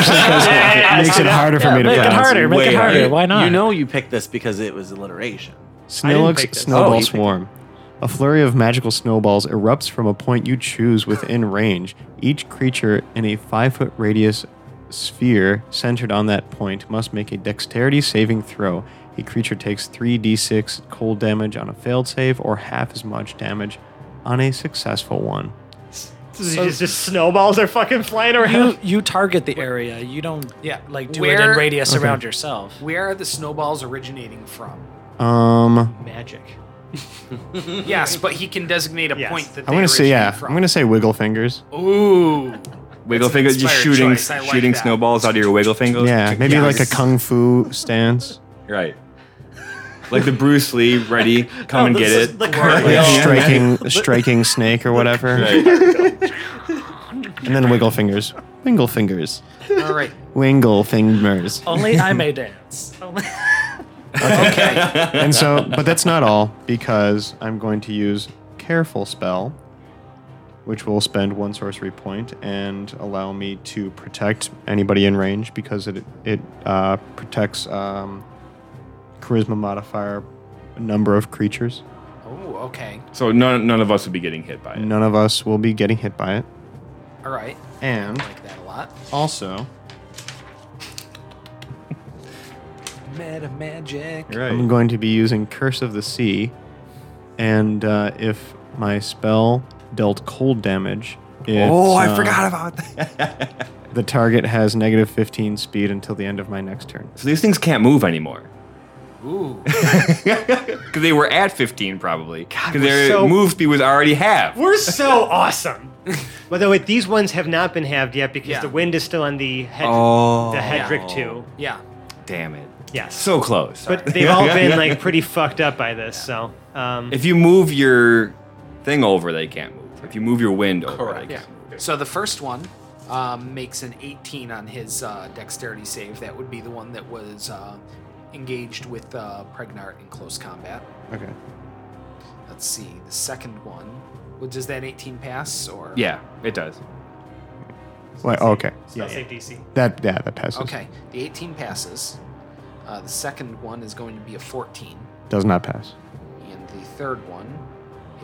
makes it harder for me to
make it
pronounce.
harder. Make
Way
it harder.
harder.
Why not?
You know you picked this because it was alliteration.
pick
Snillick's
this.
Snowball
Oh, you picked
Swarm. A flurry of magical snowballs erupts from a point you choose within range. Each creature in a five foot radius sphere centered on that point must make a dexterity saving throw. A creature takes 3d6 cold damage on a failed save or half as much damage on a successful one.
This is just snowballs are fucking flying around.
you you target the area. You don't
yeah.
like do it
where,
in radius
Okay.
around yourself.
Where are the snowballs originating from?
Um,
Magic.
yes, but he can designate a
Yes.
point that.
I'm
they
gonna say
originate
yeah.
From.
I'm gonna say wiggle fingers.
Ooh.
Wiggle
That's an
fingers, just
inspired
shooting,
choice. I like
shooting
that.
Oh, snowballs out of your wiggle fingers.
Yeah, maybe like a
Yes.
kung fu stance.
Right. Like the Bruce Lee, ready, come and
this
get
is
it.
the current
Like
Yeah.
striking, striking snake or whatever,
Right.
and then wiggle fingers, wingle fingers,
All right.
wingle fingers.
Only I may dance.
And so, but that's not all because I'm going to use careful spell, which will spend one sorcery point and allow me to protect anybody in range because it it uh, protects um, charisma modifier a number of creatures.
Oh, okay.
So none, none of us would be getting hit by it.
None of us will be getting hit by it,
All right.
and
I like that a lot.
also
Meta magic.
I'm
Right.
going to be using Curse of the Sea, and uh, if my spell dealt cold damage, it's,
Oh,
uh,
I forgot about that.
The target has negative 15 speed until the end of my next turn.
So these things can't move anymore.
Ooh.
Because they were at 15 probably. Because their
so-
move speed was already half.
We're so awesome. By the way, these ones have not been halved yet because
Yeah.
the wind is still on the head,
Oh.
the Hedrick two.
Yeah.
Damn it.
Yes,
So close.
but they've all been like pretty fucked up by this. So um,
If you move your thing over, they can't move. If you move your wind over,
Correct.
they
Yeah.
can't
So the first one um, makes an 18 on his uh, dexterity save. That would be the one that was uh, engaged with uh, Pregnart in close combat.
Okay.
Let's see. The second one. Well, does that 18 pass or?
move. Yeah, it does.
Wait, okay.
spell save DC.
That yeah, that passes.
Okay. The 18 passes. Uh, the second one is going to be a 14,
Does not pass.
and the third one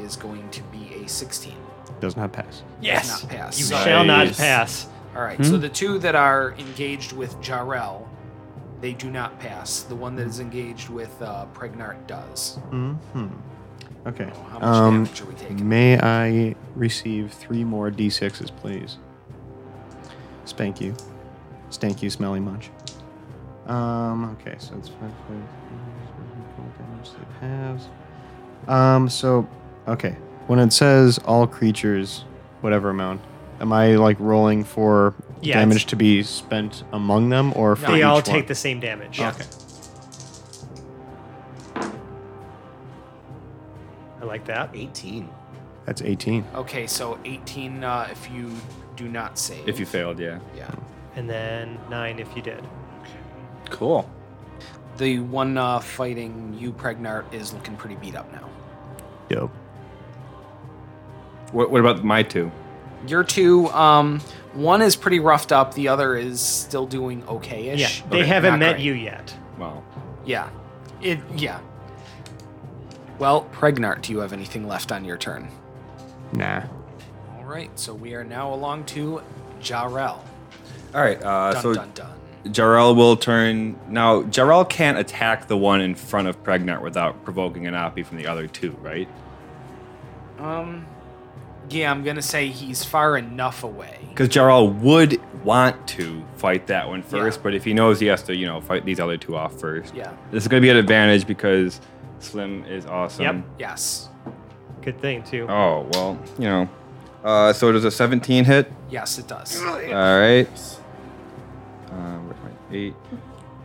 is going to be a 16.
Does not pass.
Yes,
Not pass.
you
Sorry.
shall not
Nice.
pass. Hmm?
All right. So the two that are engaged with Jarrell, they do not pass. The one that is engaged with uh, Pregnart does.
Mm-hmm. Okay.
How much
Um,
damage are we taking?
may I receive three more d6s, please? Spank you. Stank you, smelly munch. Um, okay, so it's five, five, cold damage, sleep halves. Um, so, okay. When it says all creatures, whatever amount, am I like rolling for
Yeah,
damage
it's-
to be spent among them or for
They
each
all
one?
take the same damage.
Okay.
I like that.
18.
That's 18.
Okay, so 18 uh, if you do not save.
If you failed, yeah.
Yeah.
And then nine if you did.
Cool.
The one uh, fighting you, Pregnart, is looking pretty beat up now.
Dope.
What, what about my two?
Your two, um, one is pretty roughed up. The other is still doing okay-ish.
Yeah,
but
they
not
haven't met
great.
you yet.
Wow.
Yeah. It. Yeah. Well, Pregnart, do you have anything left on your turn?
Nah.
All right. So we are now along to Jarrell.
All right. Uh,
Dun
so
dun dun.
Jarrell will turn. Now, Jarrell can't attack the one in front of Pregnant without provoking an Oppie from the other two, right?
Um. Yeah, I'm gonna say he's far enough away.
Because Jarrell would want to fight that one first,
Yeah.
but if he knows he has to, you know, fight these other two off first.
Yeah.
This is going to be an advantage because Slim is awesome.
Yep.
Yes.
Good thing too.
Oh, well, you know. Uh, so does a 17 hit?
Yes, it does.
All right. Uh, where's my eight?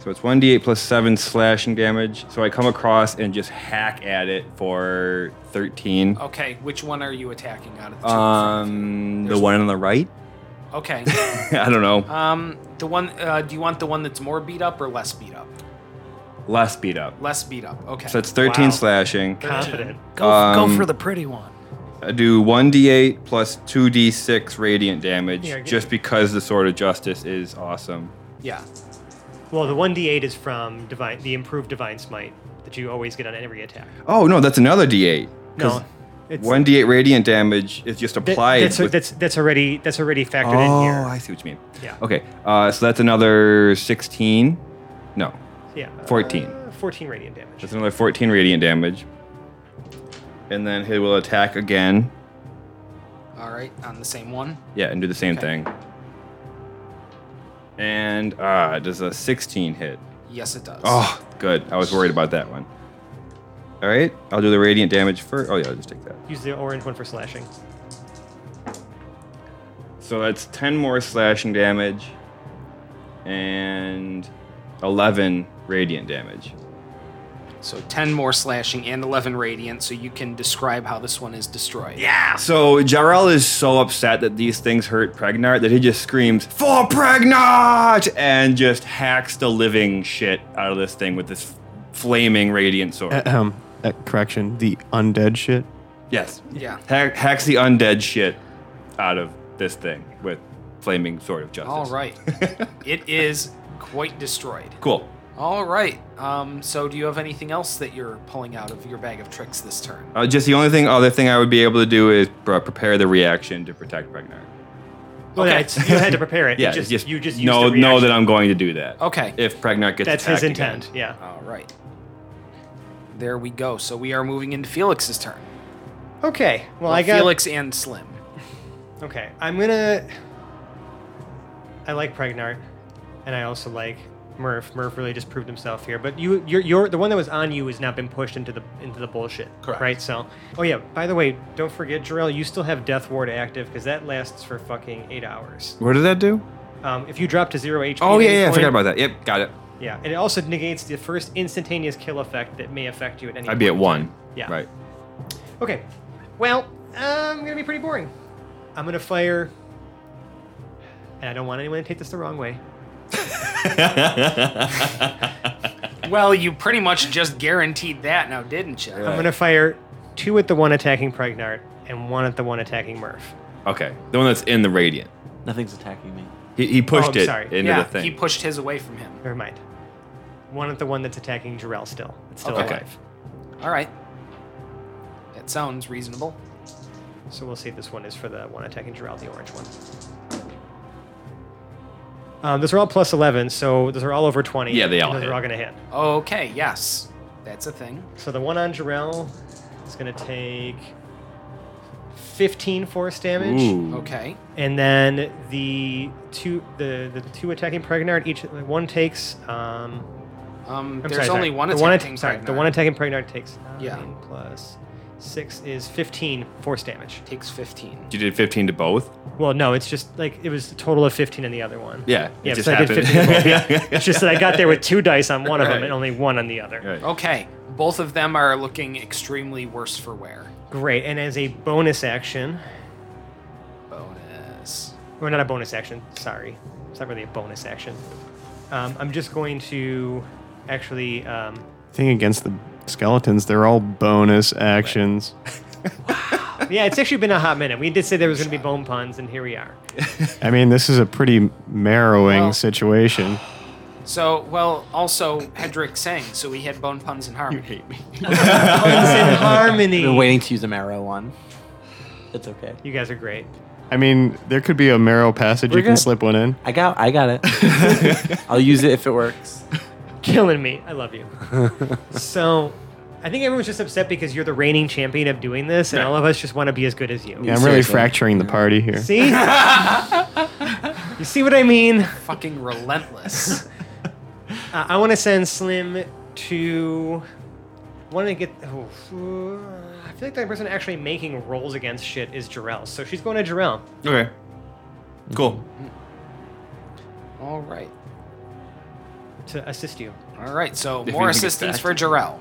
So it's 1d8 plus 7 slashing damage. So I come across and just hack at it for 13.
Okay. Which one are you attacking out of the two? in front of you?
Um, the
There's-
one on the right?
Okay.
I don't know.
um, the one. Uh, do you want the one that's more beat up or less beat up?
Less beat up.
Less beat up. Okay.
So it's 13
Wow.
slashing.
Confident.
Go,
Um,
go for the pretty one.
I do 1d8 plus 2d6 radiant damage
Here, get-
just because the Sword of Justice is awesome.
yeah.
Well, the one d8 is from divine, the improved divine smite that you always get on every attack.
Oh, no, that's another d8. 'cause
No, it's
1d8 radiant damage is just
that-
applied.
that's,
with-
that's that's already that's already factored
oh,
in here.
I see what you mean.
Yeah.
Okay, uh, so that's another 16. No,
Yeah.
14.
uh, 14 radiant damage.
that's another 14 radiant damage. And then he will attack again.
All right. On the same one.
Yeah, and do the same
Okay.
thing. And uh, does a 16 hit?
Yes, it does.
Oh, good. I was worried about that one. All right, I'll do the radiant damage first. Oh, yeah, I'll just take that.
Use the orange one for slashing.
So that's 10 more slashing damage and 11 radiant damage.
So 10 more slashing and 11 radiant, so you can describe how this one is destroyed.
Yeah. So Jarrell is so upset that these things hurt Pregnart that he just screams, For Pregnart! And just hacks the living shit out of this thing with this flaming radiant sword.
Ahem. Uh, correction, the undead shit.
yes.
Yeah.
Hack, hacks the undead shit out of this thing with flaming sword of justice.
All right. it is quite destroyed.
Cool.
All right. Um, so do you have anything else that you're pulling out of your bag of tricks this turn?
Uh, just the only thing, other thing I would be able to do is uh, prepare the reaction to protect Pregnart.
Well,
Okay.
yeah, it's, you had to prepare it.
Yeah,
you just, you just used
know know
the reaction. Oh.
that I'm going to do that.
Okay.
If Pregnart gets
That's his
attacked again.
intent. Yeah.
All right. There we go. So we are moving into Felix's turn.
Okay. Well,
Well,
I got.
Felix and Slim.
Okay, I'm gonna. I like Pregnart, and I also like Murph. Murph really just proved himself here. But you, you're, you're the one that was on you has now been pushed into the into the bullshit.
Correct.
Right. So, oh yeah. By the way, don't forget, Jarrell, you still have Death Ward active because that lasts for fucking eight hours.
What did that do?
Um, if you drop to zero HP.
Oh
at
yeah,
any
yeah. I
point-
forgot about that. Yep, got it.
Yeah, and it also negates the first instantaneous kill effect that may affect you at any.
I'd be at
point.
one.
Yeah.
Right.
Okay. Well, I'm going to be pretty boring. I'm going to fire. And I don't want anyone to take this the wrong way.
Well, you pretty much just guaranteed that now, didn't you?
I'm going to fire two at the one attacking Pregnart and one at the one attacking Murph.
Okay. The one that's in the radiant.
Nothing's attacking me.
He, he pushed
Oh, I'm
it
sorry.
into
yeah,
the thing.
he pushed his away from him.
Never mind. One at the one that's attacking Jarrell still. It's still
Okay.
alive.
All right. That sounds reasonable.
So we'll see if this one is for the one attacking Jarrell, the orange one. Um, those are all plus 11, so those are all over 20.
Yeah, they all
and Those
hit.
are all going to hit.
Okay, yes. That's a thing.
So the one on Jarrell is going to take 15 force damage,
Ooh.
Okay.
and then the two the the two attacking Pregnard each one takes. Um,
Um,
I'm
there's
sorry, sorry.
only one
the
attacking
one atta- sorry, the
Pregnant.
one attacking Pregnard takes nine
Yeah.
plus six is 15 force damage.
takes 15.
You did 15 to both?
Well, no, it's just like it was a total of 15 in the other one.
Yeah.
Yeah,
it just
so I did
happened.
15 to both, It's just that I got there with two dice on one of them
Right.
and only one on the other.
Right.
Okay, both of them are looking extremely worse for wear.
Great. And as a bonus action,
Bonus.
Or not a bonus action. Sorry, it's not really a bonus action. Um, I'm just going to actually. Um,
Thing against the skeletons, they're all bonus actions.
yeah, it's actually been a hot minute. We did say there was going to be bone puns, and here we are.
I mean, this is a pretty marrowing
Well-
situation.
So, well, also, Hedrick sang, so we had bone puns in harmony.
Puns in harmony.
Been waiting to use a marrow one. It's okay.
You guys are great.
I mean, there could be a marrow passage
We're
you can
good.
slip one in.
I got I got it. I'll use it if it works.
Killing me. I love you. so, I think everyone's just upset because you're the reigning champion of doing this, and all of us just want to be as good as you.
Yeah, I'm really
Seriously.
fracturing the party here.
See? you see what I mean?
Fucking relentless.
Uh, I want to send Slim to. Want to get? Oh, uh, I feel like the person actually making rolls against shit is Jarrell, so she's going to Jarrell.
Okay. Cool.
Mm-hmm.
All right.
to assist you.
All right, so
If
more
anything gets
assistance
back.
for Jarrell.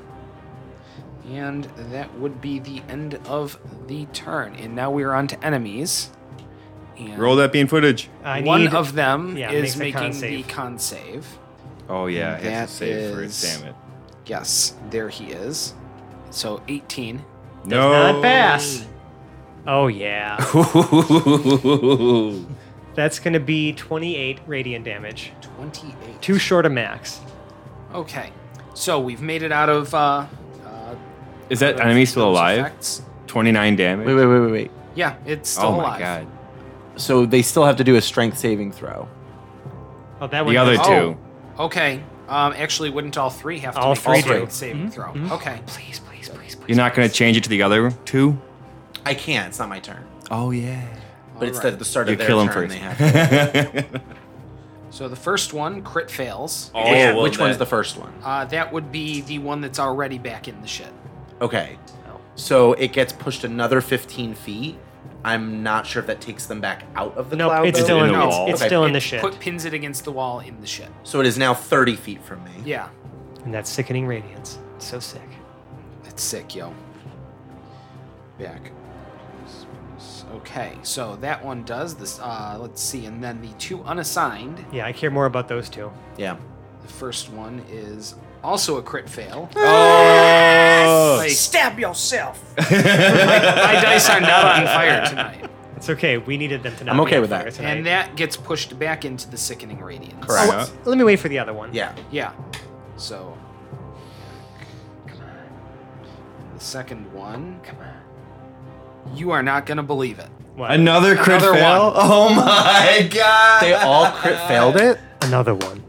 And that would be the end of the turn. And now we are on to enemies. And
Roll that bean footage.
I
one
need,
of them
yeah,
is
makes a
making
con
the
save.
con save.
Oh, yeah. It has to
That
save for it.
is-
Damn it.
Yes, there he is. So 18.
No.
not pass. Oh yeah, that's going to be 28 radiant damage.
28.
Too short of max.
Okay. So we've made it out of. Uh, uh,
is that
those-
enemy still
those
alive?
effects.
29 damage.
Wait, wait, wait, wait, wait.
Yeah, it's still
oh, my
alive.
God.
So they still have to do a strength saving throw.
Oh, that one.
The other
does-
two.
Oh. Okay. Um, actually, wouldn't all three have to
All
make a
three Mm-hmm,
strength
do.
saving throw? Okay.
Please, please, please, please.
You're not going to change it to the other two?
I can't. It's not my turn.
Oh, yeah.
But
All
it's
right.
the, the start
You
of their
kill him
turn.
first.
They have to.
So the first one crit fails.
Oh,
yeah,
well,
which one's the
that-
first one?
Uh, that would be the one that's already back in the shit.
Okay.
Oh.
So it gets pushed another 15 feet. I'm not sure if that takes them back out of the
Nope,
cloud.
it's
though.
still
in
in.
the
It's,
wall.
it's
Okay.
still in the
It
shit.
Put pins it against the wall in the shit.
So it is now 30 feet from me.
Yeah.
And that's sickening radiance. So sick.
It's sick, yo. Back. Okay, so that one does this. Uh, let's see, and then the two unassigned.
Yeah, I care more about those two.
Yeah.
The first one is also a crit fail.
Oh!
Stab yourself. my, my dice are not on fire tonight,
It's okay. We needed them to not.
I'm
be
okay
on
with that.
fire tonight.
and that gets pushed back into the sickening radiance.
Correct.
Yeah.
Let me wait for the other one.
Yeah.
Yeah. So. The second one. Come on. You are not gonna believe it.
What?
Another crit
Another
fail?
one.
Oh my god!
They all crit failed it.
Another one.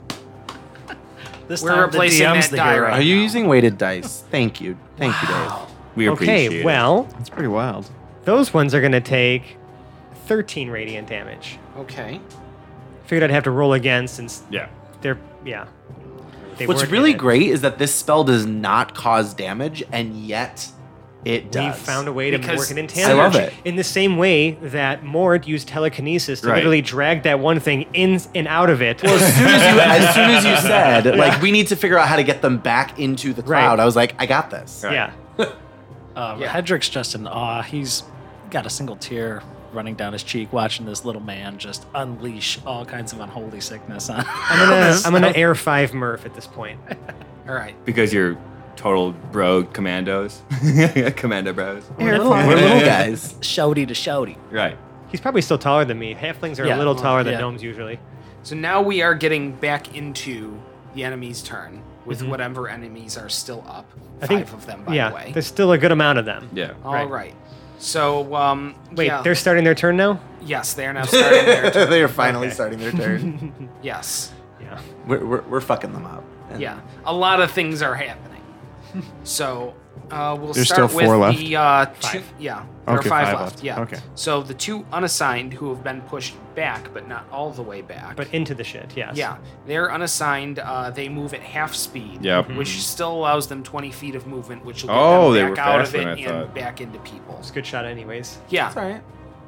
This
We're
time the
replacing
DM's
that
the
die
hero.
right
Are you
now.
using weighted dice? Thank you. Thank you, Dave.
We appreciate
Okay,
it.
well,
That's pretty wild.
those ones are going to take 13 radiant damage.
Okay.
Figured I'd have to roll again since
Yeah.
they're. Yeah. They
What's
weren't
really
hit.
great is that this spell does not cause damage, and yet it
We
does.
found a way to
Because
work it in
I
tandem.
love it.
In the same way that Mord used telekinesis to
Right.
literally drag that one thing in and out of it.
Well, as soon as you, as soon as you said, like, we need to figure out how to get them back into the
Right.
cloud, I was like, I got this.
yeah.
Um,
Yeah.
Hedrick's just in awe. He's got a single tear running down his cheek watching this little man just unleash all kinds of unholy sickness on
I'm gonna, I'm gonna air five Murph at this point.
All right.
Because you're total bro commandos. Commando bros.
We're little, we're little guys.
shouty to shouty.
Right.
He's probably still taller than me. Halflings are
Yeah.
a little taller than
Yeah.
gnomes usually.
So now we are getting back into the enemy's turn with whatever enemies are still up.
I
Five
think-
of them, by
yeah,
the way.
there's still a good amount of them.
Yeah.
All right. So, um,
Wait,
yeah.
they're starting their turn now.
yes, they are now starting their turn.
they are finally
Okay.
starting their turn.
Yes.
Yeah.
we're, we're, we're fucking them up. And
Yeah. A lot of things are happening. So, uh, we'll
There's
start
still
with
four left?
the uh, two.
Five.
Yeah. There
Okay,
are five,
five
left.
left.
Yeah.
Okay.
So the two unassigned who have been pushed back, but not all the way back.
But into the shit. Yes.
Yeah, they're unassigned. Uh, they move at half speed,
Yep.
Mm-hmm.
which still allows them 20 feet of movement, which will get
Oh, they
them
were
back out of
faster
it
than I
and
thought.
back into people.
It's a good shot, anyways.
Yeah,
It's all right.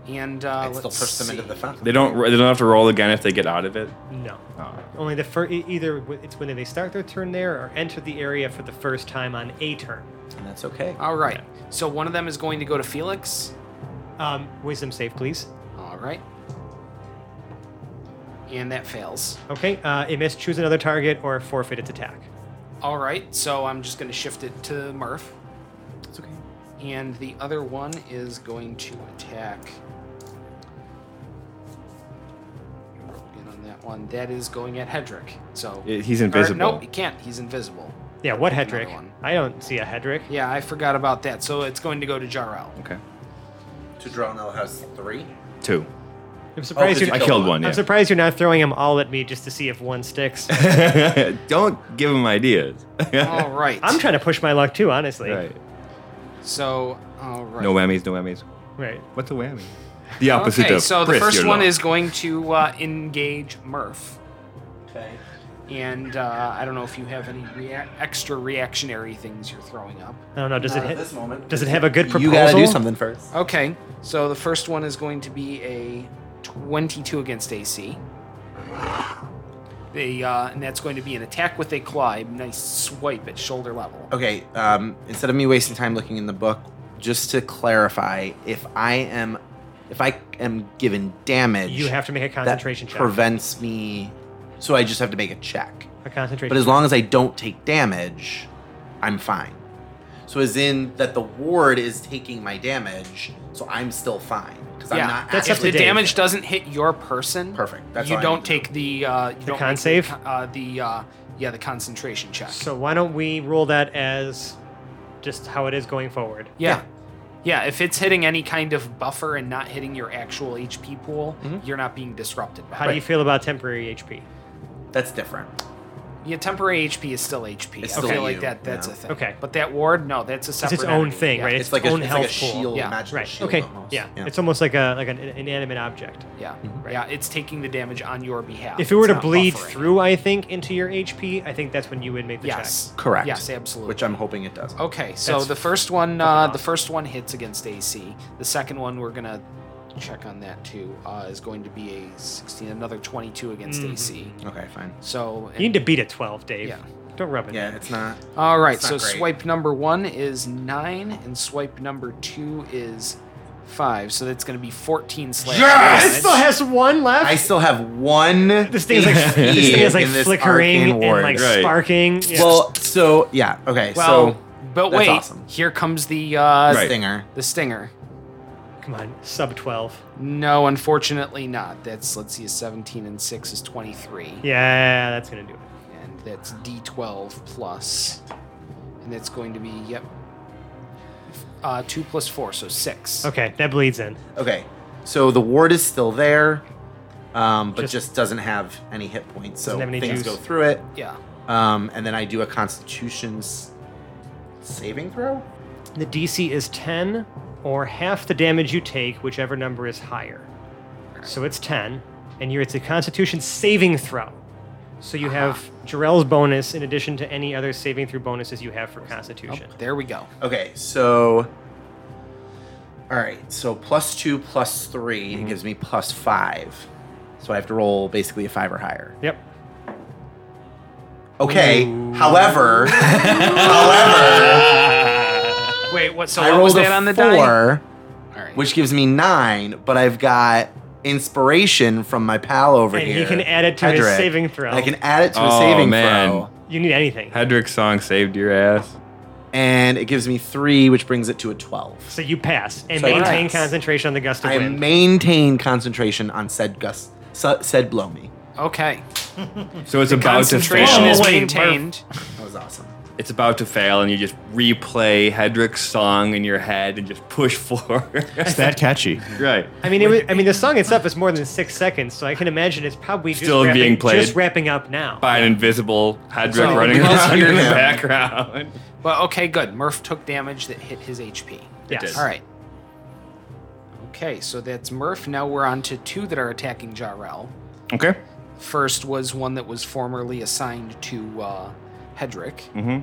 and uh,
I'd
let's
still push them into
see.
the fountain.
They don't they don't have to roll again if they get out of it.
No.
Oh.
Only the first. Either w- it's when they start their turn there or enter the area for the first time on a turn.
And that's okay.
All right, so one of them is going to go to Felix.
Um, wisdom save, please.
All right, and that fails.
Okay. Uh, it missed. Choose another target or forfeit its attack.
All right, so I'm just going to shift it to Murph,
It's okay.
and the other one is going to attack. Roll again on that one. That is going at Hedrick. So
It- He's
Or,
invisible.
nope, he can't. He's invisible.
Yeah. What
Another
Hedrick?
one.
I don't see a Hedrick.
Yeah, I forgot about that. So it's going to go to Jarl.
Okay.
To draw now has three.
Two.
I'm surprised
Oh,
you're.
I killed one,
I'm surprised you're not throwing them all at me just to see if one sticks.
yeah. don't give him ideas.
Oh, All right.
I'm trying to push my luck too, honestly.
right.
so, all right.
No whammies, no whammies.
Right.
What's a whammy? The opposite
okay,
of
so the
frisk,
first
you
one
know.
is going to uh, engage Murph.
Okay.
And uh, I don't know if you have any rea- extra reactionary things you're throwing up.
I don't know. Does it hit?
moment.
Does it have a good proposal?
You gotta do something first.
Okay, so the first one is going to be a 22 against AC. They, uh, and that's going to be an attack with a claw, a nice swipe at shoulder level.
Okay. Um, instead of me wasting time looking in the book, just to clarify, if I am, if I am given damage,
You have to make a
that
concentration check.
prevents me. So I just have to make a check.
a concentration.
But as long as I don't take damage, I'm fine. So as in that the ward is taking my damage, so I'm still fine because
yeah,
I'm not.
that's if
actually
the
up to Dave.
damage doesn't hit your person.
Perfect. That's
you
all I
don't
need to
take the uh, you don't make
con
the
save?
con- Uh, the uh, yeah, the concentration check.
So why don't we roll that as just how it is going forward?
yeah. yeah, If it's hitting any kind of buffer and not hitting your actual HP pool,
Mm-hmm.
you're not being disrupted. By
How do you feel about temporary HP?
do. That's different.
it. Yeah, temporary HP is still HP.
It's
I
still
feel
you,
like that that's
yeah.
a thing.
Okay.
But that ward, no, that's a
It's
separate.
its own
entity,
thing,
yeah.
right? It's,
It's, like a,
own
it's
health
like a
pool.
shield,
Yeah.
magical
Right.
shield
Okay.
almost.
Yeah. It's almost like a like an inanimate object.
Yeah, yeah. It's taking the damage on your behalf.
Mhm. If it
Ah, It's
were to
not
bleed
buffering.
through, I think, into your HP, I think that's when you would make the
yes,
Correct.
Yes, absolutely.
Which I'm hoping it
Oh.
does.
Okay, so
That's
the first one, uh, the
awesome.
first one hits against AC. The second one, we're gonna check on that too. Uh, is going to be a sixteen, another twenty-two against AC.
Mm-hmm.
Okay, fine.
So
check. You need to beat a 12, Dave.
yeah,
Don't rub it.
Yeah,
man.
it's not.
All right,
It's
so
not great.
swipe number one is nine, and swipe number two is five. So that's going to be 14 slash.
It
Yes!
damage.
still has one left.
I still have one.
this thing's like this thing is like
in this
flickering
arcane
and
ward.
like
Right.
sparking. Yeah.
Well, so yeah, okay.
Well,
so
but
that's
wait,
awesome.
here comes the uh,
Right.
stinger.
the stinger.
come on, sub twelve.
No, unfortunately not. That's let's see, a 17 and six is 23,
Yeah, that's gonna do it.
and that's D12 plus, and that's going to be yep, uh, two plus four, so six.
Okay, that bleeds in.
Okay, so the ward is still there, um, but
Just-
just, doesn't have any hit points. So
Doesn't have any
things
juice.
go through it,
Yeah.
um, and then I do a Constitution s- saving throw.
The DC is ten or half the damage you take, whichever number is higher. So it's ten, and you're it's a Constitution saving throw. So you have Jarrell's bonus in addition to any other saving through bonuses you have for
Oh,
Constitution.
there we go.
Okay, so. All right, so plus two, plus three,
Mm-hmm.
it gives me plus five. So I have to roll basically a five or higher.
Yep.
Okay, however, however,
Wait, what? So
I
what was
rolled
that
a
on the die?
four,
All right.
which gives me nine, but I've got inspiration from my pal over
And
here.
he can add it to his
Hedrick.
saving throw.
I can add it to a
Oh,
saving
man.
throw,
You need anything.
Hedrick's song saved your ass.
and it gives me three, which brings it to a twelve.
So you pass and
So I
maintain
pass.
concentration on the gust of
I
wind.
maintain concentration on said gust, su- said blow me.
Okay.
So it's about to
Concentration
fail.
is
Oh, wait,
maintained.
That was awesome.
it's about to fail, and you just replay Hedrick's song in your head and just push forward.
It's that catchy.
right.
I mean, it was, I mean, the song itself is more than six seconds, so I can imagine it's probably just
Still
wrapping,
being
Just
played.
wrapping up now.
By an invisible Hedrick
So-
running
Well,
around
here
in the
now.
background.
Well, okay, good. Murph took damage that hit his HP.
Yes.
did.
All right. Okay, so that's Murph. Now we're on to two that are attacking Jarrell.
Okay.
First was one that was formerly assigned to uh, Hedrick.
Mm-hmm.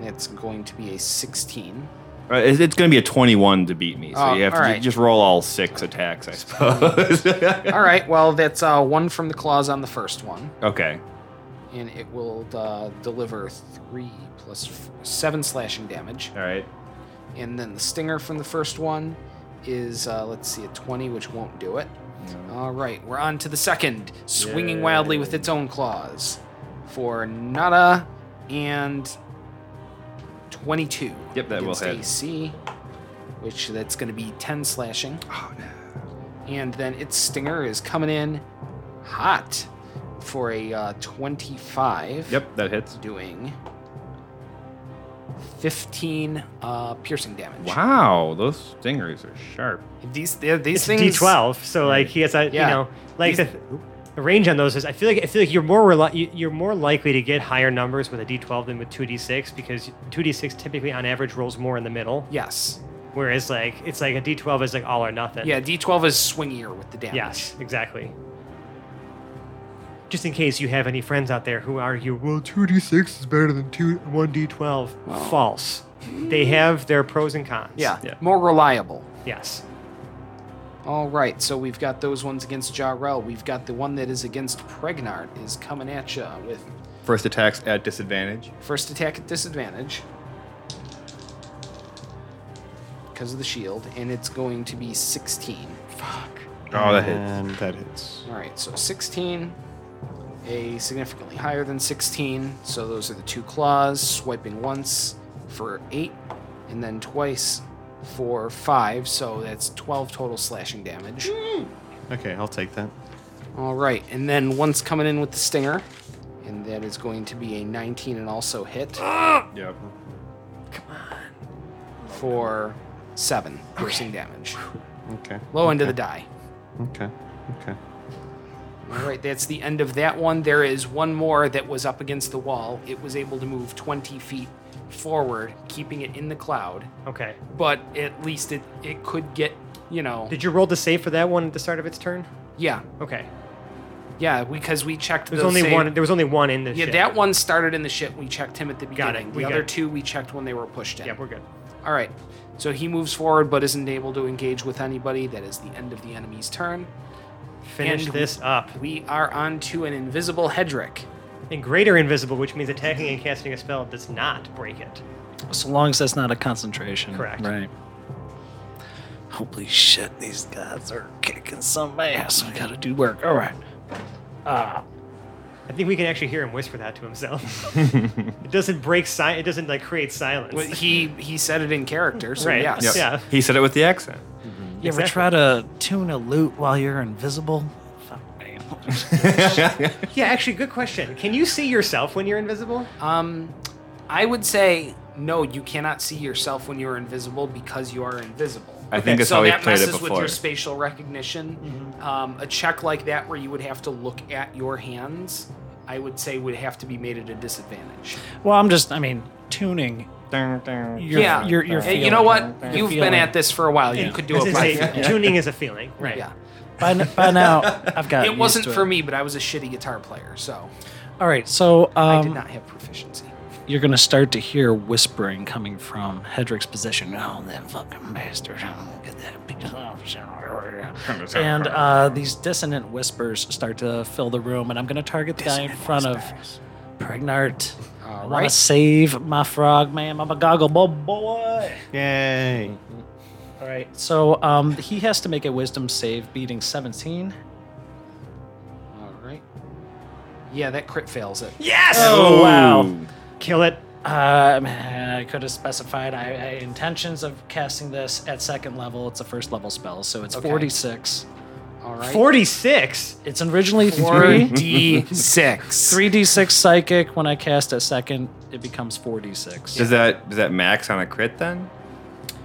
That's going to be a 16.
Right, it's it's going to be a 21 to beat me, so
Oh,
you have to
alright.
just roll all six attacks, I suppose.
All right, well, that's uh, one from the claws on the first one,
okay.
and it will uh, deliver three plus f- seven slashing damage.
All right.
And then the stinger from the first one is, uh, let's see, a 20, which won't do it. All right, we're on to the second, swinging wildly with its own claws for Nada and 22.
Yep, that will
against
hit.
AC, which that's going to be 10 slashing. Oh, no. And then its stinger is coming in hot for a uh, 25.
Yep, that hits.
Doing 15 uh, piercing damage.
Wow, those stingers are sharp.
These they're- these
It's
things.
D12, so like he has
Yeah.
a you know like
These-
the, the range on those is. I feel like I feel like you're more reli- you- you're more likely to get higher numbers with a D12 than with two D6 because two D6 typically on average rolls more in the middle,
Yes.
whereas like it's like a D12 is like all or nothing.
Yeah. D12 is swingier with the damage.
Yes, exactly. Just in case you have any friends out there who argue, well, 2d6 is better than 2 1d12. False. They have their pros and cons.
Yeah.
Yeah.
More reliable.
Yes.
All right. So we've got those ones against Jarrell. We've got the one that is against Pregnart is coming at you with
First attacks at disadvantage.
first attack at disadvantage because of the shield, and it's going to be 16.
Oh, that hits.
And that hits.
All right. So 16. A significantly higher than 16. So those are the two claws, swiping once for 8, and then twice for 5. So that's 12 total slashing damage.
Okay, I'll take that.
All right, and then one's coming in with the stinger, and that is going to be a 19 and also hit
Yep.
for seven piercing damage.
Okay.
Low end of the die.
Okay. Okay.
All right, that's the end of that one. There is one more that was up against the wall. It was able to move 20 feet forward, keeping it in the cloud,
Okay.
but at least it it could get, you know,
Did you roll the save for that one at the start of its turn?
yeah,
Okay.
yeah, because we checked.
There's
the
only
save-
one. There was only one in the.
Yeah,
ship.
that one started in the ship. We checked him at the
Got it,
beginning.
we
The
got
other
it.
two we checked when they were pushed in.
Yeah, we're good.
All right. So he moves forward but isn't able to engage with anybody. That is the end of the enemy's turn.
finish
And-
this up.
We are on to an invisible Hedrick.
And greater invisible, which means attacking and casting a spell does not break it.
So long as that's not a concentration.
Correct.
Right. Holy shit, these guys are kicking some ass. I gotta do work. All right.
I think we can actually hear him whisper that to himself. it doesn't break si- It doesn't like create silence.
Well, he he said it in character, so
Right,
yes.
Yep.
Yeah.
He said it with the accent.
You
Exactly.
ever try to tune a lute while you're invisible? Fuck, man.
yeah, actually, good question. Can you see yourself when you're invisible?
Um, I would say no. You cannot see yourself when you are invisible because you are invisible.
I think that's
so
how we
that
played
messes
it
with
before.
your spatial recognition. Um, a check like that, where you would have to look at your hands, I would say would have to be made at a disadvantage.
Well, I'm just, I mean, tuning. Your,
yeah,
Your, your
Hey,
feeling.
you know what? You've been
feeling.
at this for a while. You could do
As
it.
I
By
say, Tuning is a feeling, right?
yeah.
By, n- by now, I've got.
It wasn't for me, but I was a shitty guitar player, so
All right, so um,
I did not have proficiency.
you're gonna start to hear whispering coming from Hedrick's position. Oh, that fucking bastard! Oh, look at that piece of- And uh, these dissonant whispers start to fill the room, and I'm gonna target the guy in front of Pregnart. I
All
want to
right.
save my frog, man. I'm a goggle bob boy.
Yay.
All right, so um, he has to make a wisdom save, beating 17.
All right. Yeah, that crit fails it.
Yes.
Oh, wow.
Kill it.
Um, I could have specified I, I intentions of casting this at second level. It's a first level spell, so it's
Okay.
46.
All right.
Forty-six.
It's originally three
D six.
three d six psychic. When I cast at second, it becomes four d six.
Does that does that max on a crit then?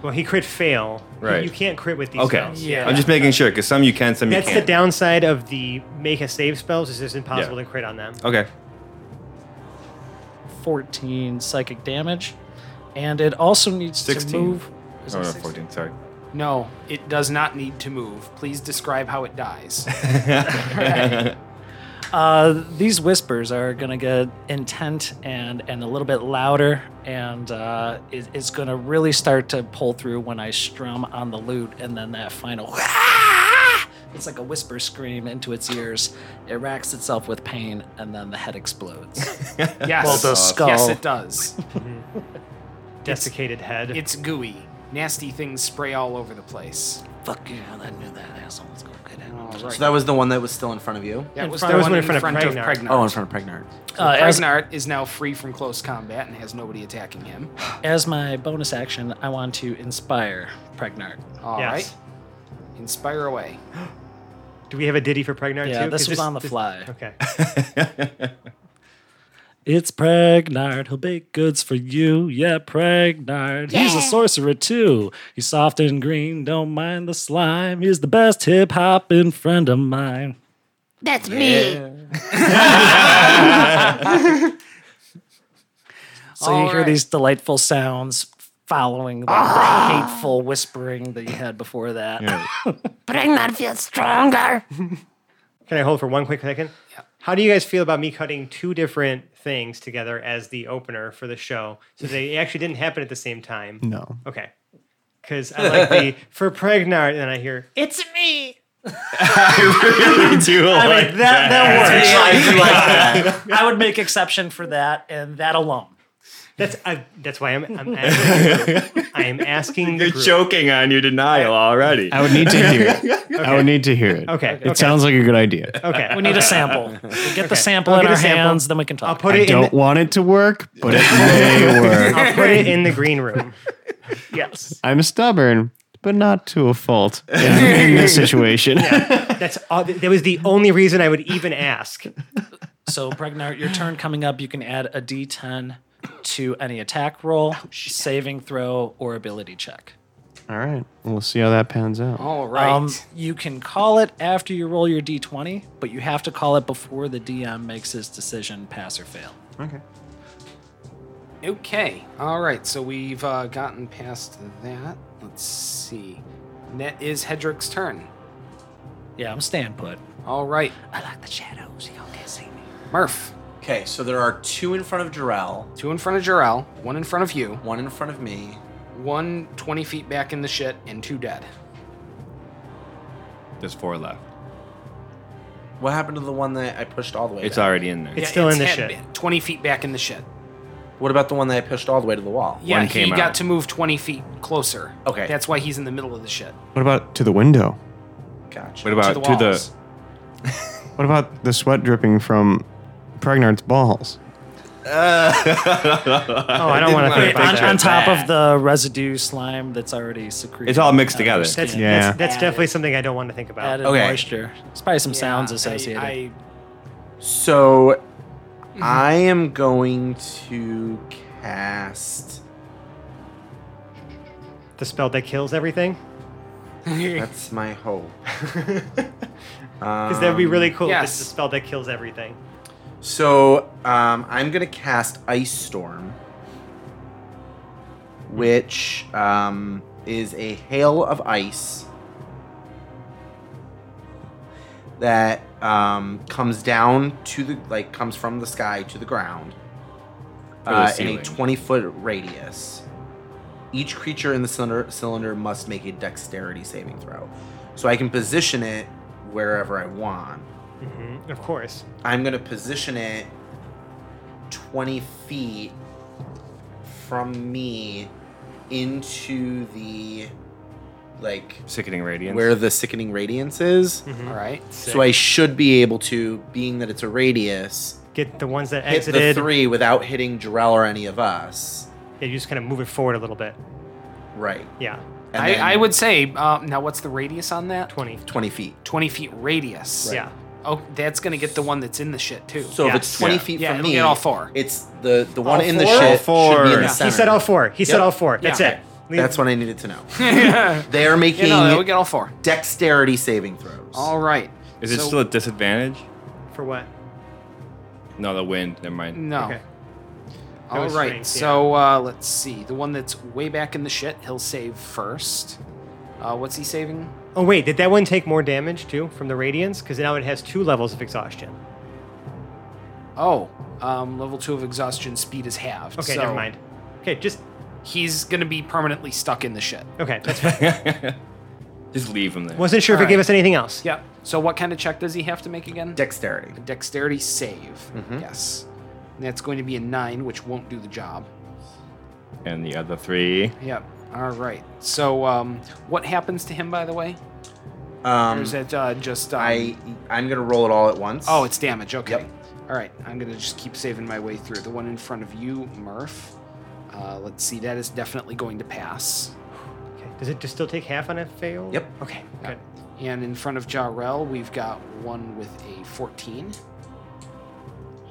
Well, he crit fail. You-
Right.
You can't crit with these
Okay.
spells.
Yeah.
I'm just making sure because some you can, some
That's
you
the
can't.
downside of the make a save spells. Is it's impossible
Yeah.
to crit on them.
okay.
Fourteen psychic damage, and it also needs
16.
to move. is
Oh,
it
no,
16?
14. Sorry.
No, it does not need to move. Please describe how it dies.
Uh, these whispers are gonna get intent and and a little bit louder, and uh, it, it's gonna really start to pull through when I strum on the lute, and then that final. It's like a whisper scream into its ears. It racks itself with pain, and then the head explodes.
Yes.
Well, the skull.
Yes, it does.
Desiccated head.
It's gooey. Nasty things spray all over the place.
Fuck you! I knew that asshole was gonna get
All
out.
right.
So that was the one that was still in front of you.
That
in
was
front-
the
that was
one
one
in front, of
Pregnart.
Pregnart.
Oh, in front of Pregnard.
Uh, as,
Pregnart is now free from close combat and has nobody attacking him.
as my bonus action, I want to inspire Pregnart.
All right.
Yes.
Inspire away.
Do we have a ditty for Pregnard
Yeah,
too?
this
'Cause
was on the fly.
Okay.
It's Pregnard. He'll bake goods for you. Yeah, Pregnard. He's a sorcerer too. He's soft and green. Don't mind the slime. He's the best hip hopping friend of mine.
That's me.
So you
All
hear
right.
these delightful sounds following the
Ah.
hateful whispering that you had before that.
Pregnant feels stronger.
Can I hold for one quick second? How do you guys feel about me cutting two different things together as the opener for the show? So they actually didn't happen at the same time.
Mm.
No.
Okay. Because I like the for Pregnard, and then I hear it.
It's me.
I do like
that, that
I do like that.
works. I would make exception for that and that alone.
That's I, that's why I'm I'm asking. the group. I am asking the
You're
group.
choking on your denial already.
I would need to hear it. I would need to hear it.
Okay.
It
okay.
sounds like a good idea.
okay.
We need a sample. We get the sample
I'll
in
get a
our
sample.
hands, then we can talk.
I'll put
I
it in.
don't
The,
want it to work, but it may work.
I'll put it in the green room.
yes.
I'm stubborn, but not to a fault in, in this situation.
That's all, that was the only reason I would even ask.
So, Pregnar, your turn coming up, you can add a d10 to any attack roll, saving throw, or ability check. Um,
All right. We'll see how that pans out.
All right.
you can call it after you roll your d20, but you have to call it before the DM makes his decision, pass or fail.
Okay.
Okay. All right. So we've uh, gotten past that. Let's see. Net is Hedrick's turn.
Yeah, I'm staying put.
All right.
I like the shadows. Y'all can't see me.
Murph,
Okay, so there are two in front of Jarrell,
two in front of Jarrell, one in front of you,
one in front of me.
one 20 feet back in the shit, and two dead.
There's four left.
What happened to the one that I pushed all the way?
It's
back?
already in there.
It's still in the
had
shed.
been 20 feet back in the shed.
What about the one that I pushed all the way to the wall?
Yeah,
One
he
came
got
out.
to move 20 feet closer.
Okay.
That's why he's in the middle of the shed.
What about to the window?
Gotcha.
What about
to the
to
walls.
the?
What about the sweat dripping from Pregnard's balls?
Oh, I don't
didn't
want to
wanna
think
think
about
on,
picture
on
of
that.
top
that.
of the residue slime that's already secreted. Uh,
It's all mixed
out of
together.
your
That's,
skin.
Yeah.
that's, that's definitely something I don't want to think about.
added
Okay.
moisture. There's probably some sounds
Yeah, I-
associated.
I-
Mm-hmm.
So I am going to cast.
The spell that kills everything?
That's my hope.
Because that would be really
Um,
cool if
yes.
it's the spell that kills everything.
So um, I'm gonna cast Ice Storm, which um, is a hail of ice that um, comes down to the like comes from the sky to the ground
For the
uh, in a
ceiling.
20 foot radius. Each creature in the cylinder, cylinder must make a Dexterity saving throw, so I can position it wherever I want.
hmm Of course.
I'm gonna position it 20 feet from me into the like
Sickening radiance.
where the sickening radiance is.
Mhm.
all right.
So I should be able to, being that it's a radius,
Get the ones that
hit
exited.
the three without hitting Jarell or any of us.
Yeah, you just kind of move it forward a little bit.
Right.
Yeah,
And
I,
then
I would say, uh, now what's the radius on that?
20.
20 feet.
20 feet radius.
Yeah.
Oh, that's going to get the one that's in the shit, too.
So if it's
Yes.
20
Yeah.
feet
yeah,
from
it'll
me,
get all four.
it's the the one in the
four?
shit
All four.
should be in
Yeah.
the
He
center.
He said all four. He said
Yep.
all four. That's
Yeah.
it. Leave-
That's what I needed to know.
yeah,
They are making
no, we get all four.
dexterity saving throws.
All right.
Is it
So-
still a disadvantage?
For what?
No, the wind. Never mind.
No.
Okay.
All
was
right.
strength,
So uh, let's see. The one that's way back in the shit, he'll save first. Uh, what's he saving?
Oh, wait. Did that one take more damage, too, from the radiance? Because now it has two levels of exhaustion.
Oh, um, level two of exhaustion speed is halved.
Okay,
so
never mind. Okay, just.
He's gonna be permanently stuck in the shit.
Okay, that's fine.
Just leave him there.
Wasn't sure if
All
it gave
right.
us anything else.
Yeah. So what kind of check does he have to make again?
dexterity.
A dexterity save.
Mm-hmm.
Yes. And that's going to be a nine, which won't do the job.
and the other three.
Yep. All right. So um, what happens to him, by the way? Or
Um,
is it uh, just um,
I I'm gonna roll it all at once.
Oh, it's damage. Okay.
Yep.
All right. I'm going to just keep saving my way through. The one in front of you, Murph. Uh, let's see. That is definitely going to pass.
Okay. Does it just still take half on a fail?
Yep.
Okay,
Yeah.
good.
And in front of Jarrell, we've got one with a 14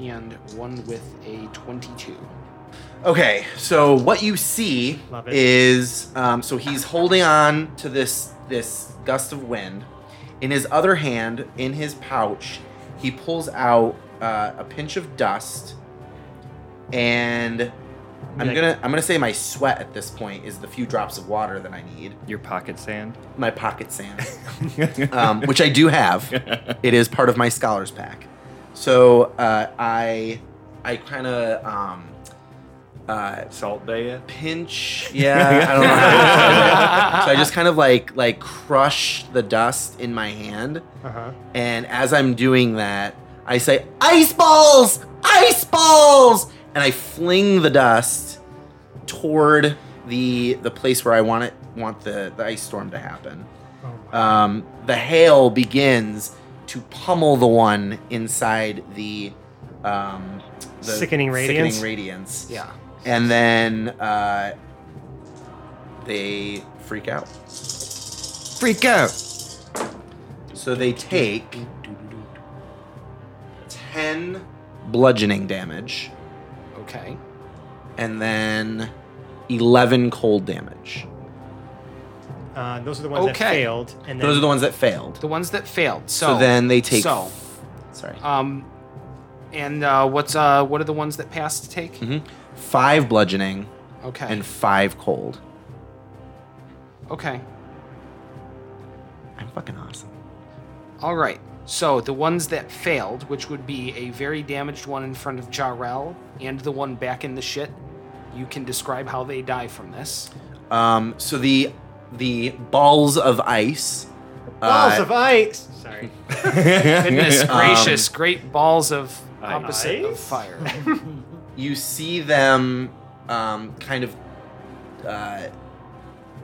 and one with a 22.
okay. So what you see
Love it.
is um, so he's holding on to this this gust of wind. In his other hand, in his pouch, he pulls out uh, a pinch of dust, and I'm
Like-
gonna I'm gonna say my sweat at this point is the few drops of water that I need.
Your pocket sand.
My pocket sand. um, which I do have. It is part of my scholars pack. So uh, I, I kind of um, uh,
Salt Bay. It.
pinch. Yeah, I don't know. How to so I just kind of like like crush the dust in my hand,
Uh-huh.
and as I'm doing that, I say ice balls, ice balls, and I fling the dust toward the the place where I want it want the, the ice storm to happen
Oh
um, the hail begins to pummel the one inside the, um, the
Sickening radiance?
sickening radiance.
Yeah.
and then uh, they freak out. Freak out. So they take ten bludgeoning damage,
Okay.
and then eleven cold damage.
Uh, those are the ones
Okay.
that failed. And then
Those are the ones that failed.
The ones that failed. So,
So, then they take.
So,
sorry.
um, and uh, what's uh, what are the ones that passed to take?
Five bludgeoning
Okay.
Mm-hmm. and five cold.
okay.
I'm fucking awesome.
All right. So the ones that failed, which would be a very damaged one in front of Jarrell and the one back in the shit, you can describe how they die from this.
Um, so the the balls of ice
Balls of ice. Sorry.
Goodness
Um,
gracious, great balls of opposite of
Ice?
fire.
you see them um, kind of uh,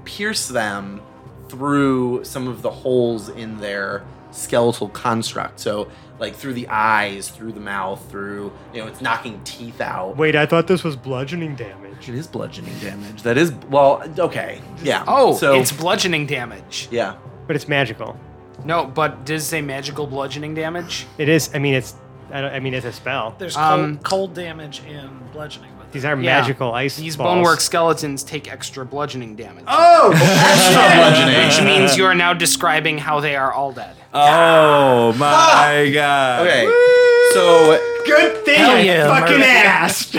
pierce them through some of the holes in their skeletal construct. So, like through the eyes, through the mouth, through you know, it's knocking teeth out.
Wait, I thought this was bludgeoning damage.
It is bludgeoning damage. That is well, okay, yeah.
Oh,
so
it's bludgeoning damage.
yeah,
But it's magical.
No, but does it say magical bludgeoning damage?
It is. I mean, it's. I, don't, I mean, it's a spell.
There's
Um,
cold, cold damage and bludgeoning with it.
These are
Yeah.
magical ice.
These
balls.
bonework skeletons take extra bludgeoning damage.
Oh!
Which
bludgeoning.
means you are now describing how they are all dead.
Oh my god.
Okay, so
Good thing I fucking asked.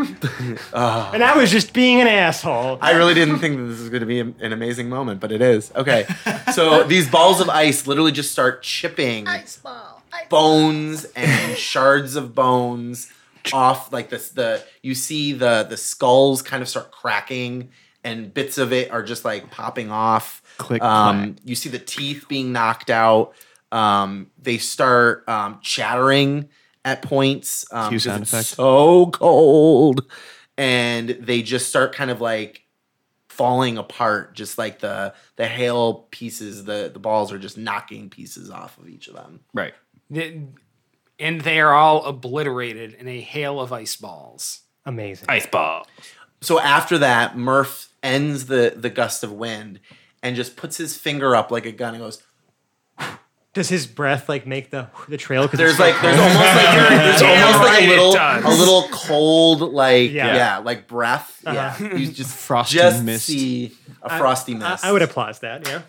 and I was just being an asshole.
I really didn't think that this was going to be an an amazing moment, but it is. Okay. So these balls of ice literally just start chipping bones and shards of bones off like this the you see the the skulls kind of start cracking and bits of it are just like popping off.
Click,
Um you see the teeth being knocked out. Um they start um chattering at points um
Cue
'cause
sound
it's
effect.
so cold and they just start kind of like falling apart just like the the hail pieces the the balls are just knocking pieces off of each of them
Right.
The- And they are all obliterated in a hail of ice balls.
Amazing.
Ice ball.
so after that murph ends the the gust of wind and just puts his finger up like a gun and goes
Does his breath like make the the trail? 'Cause
there's
it's so
like there's almost like there's
Damn
almost like
right
a
it
little
does.
a little cold like
Yeah.
yeah, like breath yeah you just
Frosty
just
mist.
see a
I-
frosty
I-
mist
I, would applause that. Yeah.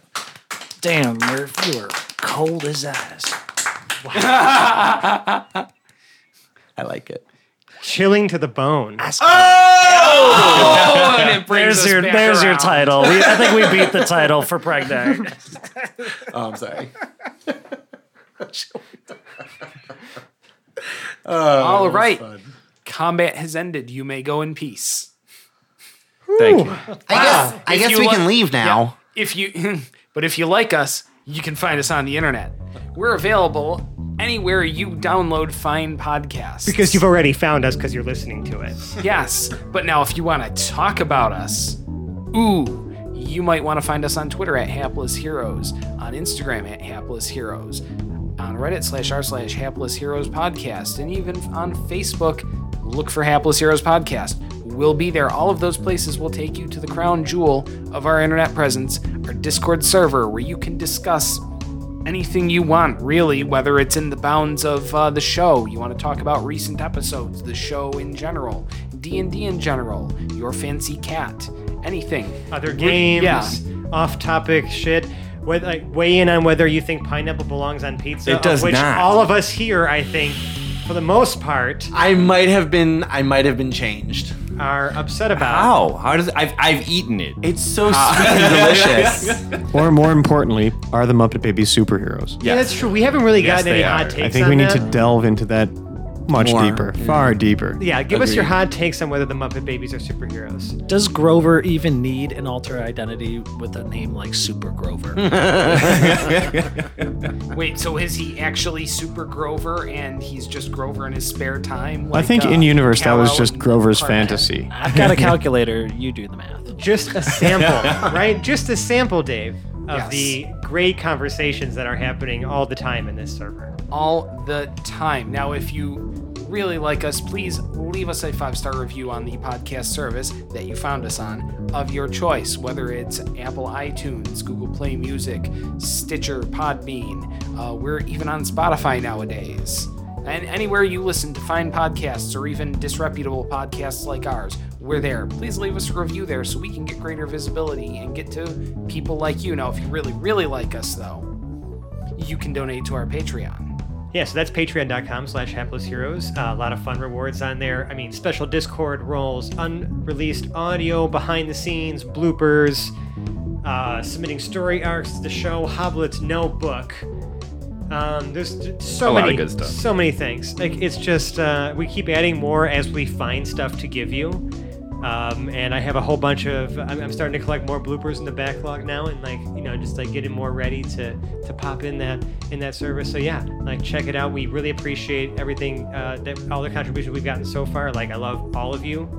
Damn, Murph, you are cold as ice.
i like it
Chilling to the bone.
Oh, and it brings
There's
us
your,
back
there's your
around.
title. We, I think we beat the title for Pregnant.
Oh, I'm sorry. Oh,
All
that was
right.
fun.
Combat has ended. You may go in peace. Ah,
Thank you.
I guess, I
If
guess
you
we
want-
can leave now.
If you, but if you like us, you can find us on the internet. We're available anywhere you download fine podcasts.
Because you've already found us because you're listening to it.
yes, but now if you want to talk about us, ooh, you might want to find us on Twitter at Hapless Heroes, on Instagram at Hapless Heroes, on Reddit slash r slash Hapless Heroes Podcast, and even on Facebook. Look for Hapless Heroes Podcast. We'll be there. All of those places will take you to the crown jewel of our internet presence, our Discord server, where you can discuss anything you want, really, whether it's in the bounds of uh, the show. You want to talk about recent episodes, the show in general, D&D in general, your fancy cat, anything.
Other
We-
games.
Yeah.
Off-topic shit. Whether, like, weigh in on whether you think pineapple belongs on pizza.
It
of
does
which
not.
All of us here, I think, for the most part,
I might have been I might have been changed.
are upset about.
How? How does I've I've eaten it.
It's so sweet and Ah. delicious.
Or more importantly, are the Muppet Babies superheroes?
Yeah, that's true. We haven't really gotten
they
any
are.
hot
I
takes.
I think
on
we need
that.
to delve into that much
More,
deeper, far deeper.
Yeah, give us your
Agreed.
hot takes on whether the Muppet Babies are superheroes.
Does Grover even need an alter identity with a name like Super Grover?
Wait, so is he actually Super Grover and he's just Grover in his spare time?
I
Like,
think
uh,
in universe that was
Kal-El
just
and
Grover's
Clark Kent?
fantasy.
I've got a calculator. You do the math.
Just a sample, right? Just a sample, Dave,
Yes.
of the great conversations that are happening all the time in this server.
all the time. Now, if you really like us, please leave us a five star review on the podcast service that you found us on of your choice, whether it's Apple iTunes, Google Play Music, Stitcher, Podbean. Uh, we're even on Spotify nowadays. And anywhere you listen to find podcasts or even disreputable podcasts like ours, we're there. Please leave us a review there so we can get greater visibility and get to people like you. Now, if you really, really like us, though, you can donate to our Patreon.
Yeah, so that's patreon.com slash hapless heroes. Uh, a lot of fun rewards on there. I mean, special Discord roles, unreleased audio, behind the scenes, bloopers, uh, submitting story arcs to the show, Hoblet's notebook. Um, there's j-
A
so
lot
many
of good stuff.
so many things. Like it's just uh, we keep adding more as we find stuff to give you. Um, and I have a whole bunch of. I'm, I'm starting to collect more bloopers in the backlog now, and like you know, just like getting more ready to to pop in that in that service. So yeah, like check it out. We really appreciate everything uh, that all the contributions we've gotten so far. Like I love all of you.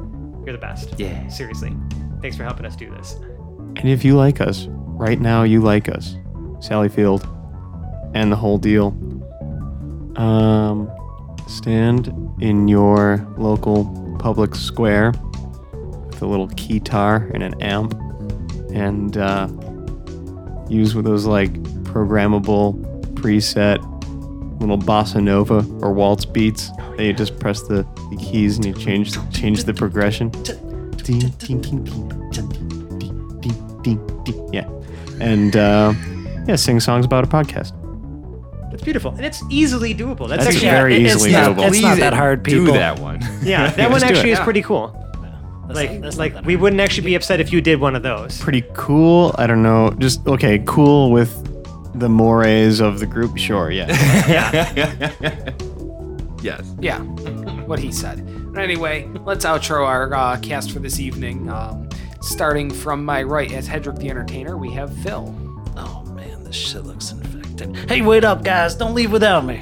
You're the best. Yeah. Seriously, thanks for helping us do this.
And if you like us, right now you like us, Sally Field, and the whole deal. Um, stand in your local public square with a little guitar and an amp, and uh, use with those like programmable preset little bossa nova or waltz beats. They just press the, the keys and you change change the progression. Ding, ding, ding, ding, ding, ding, ding, ding, ding. Yeah, and uh, yeah, sing songs about a podcast.
That's beautiful, and it's easily doable. That's,
That's
actually
very
it's
easily
not-
doable.
It's not
Please
that hard, people.
Do that one.
Yeah, that one
Let's do
actually
it.
is pretty cool.
That's
Like,
not- that's not
like
that
we
hard.
wouldn't actually be upset if you did one of those.
pretty cool. I don't know. Just okay, cool with the mores of the group. Sure, yeah.
yes.
Yeah, what he said. But anyway, let's outro our uh, cast for this evening. Um, starting from my right as Hedrick the Entertainer, we have Phil.
Oh man, this shit looks infected. Hey, wait up, guys! Don't leave without me.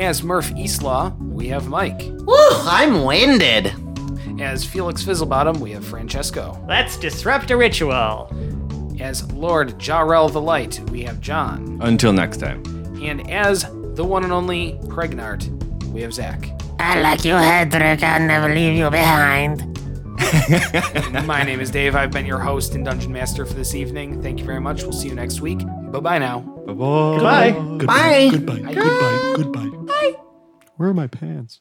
As Murph Eastlaw, we have Mike.
Woo, I'm winded.
As Felix Fizzlebottom, we have Francesco.
Let's disrupt a ritual.
As Lord Jarrell the Light, we have John.
Until next time.
And as the one and only Pregnart, we have Zach.
I like you, Hedrick. I'll never leave you behind.
My name is Dave. I've been your host and Dungeon Master for this evening. Thank you very much. We'll see you next week. Bye bye now.
Bye-bye.
Bye.
Bye.
Goodbye.
Where are my pants?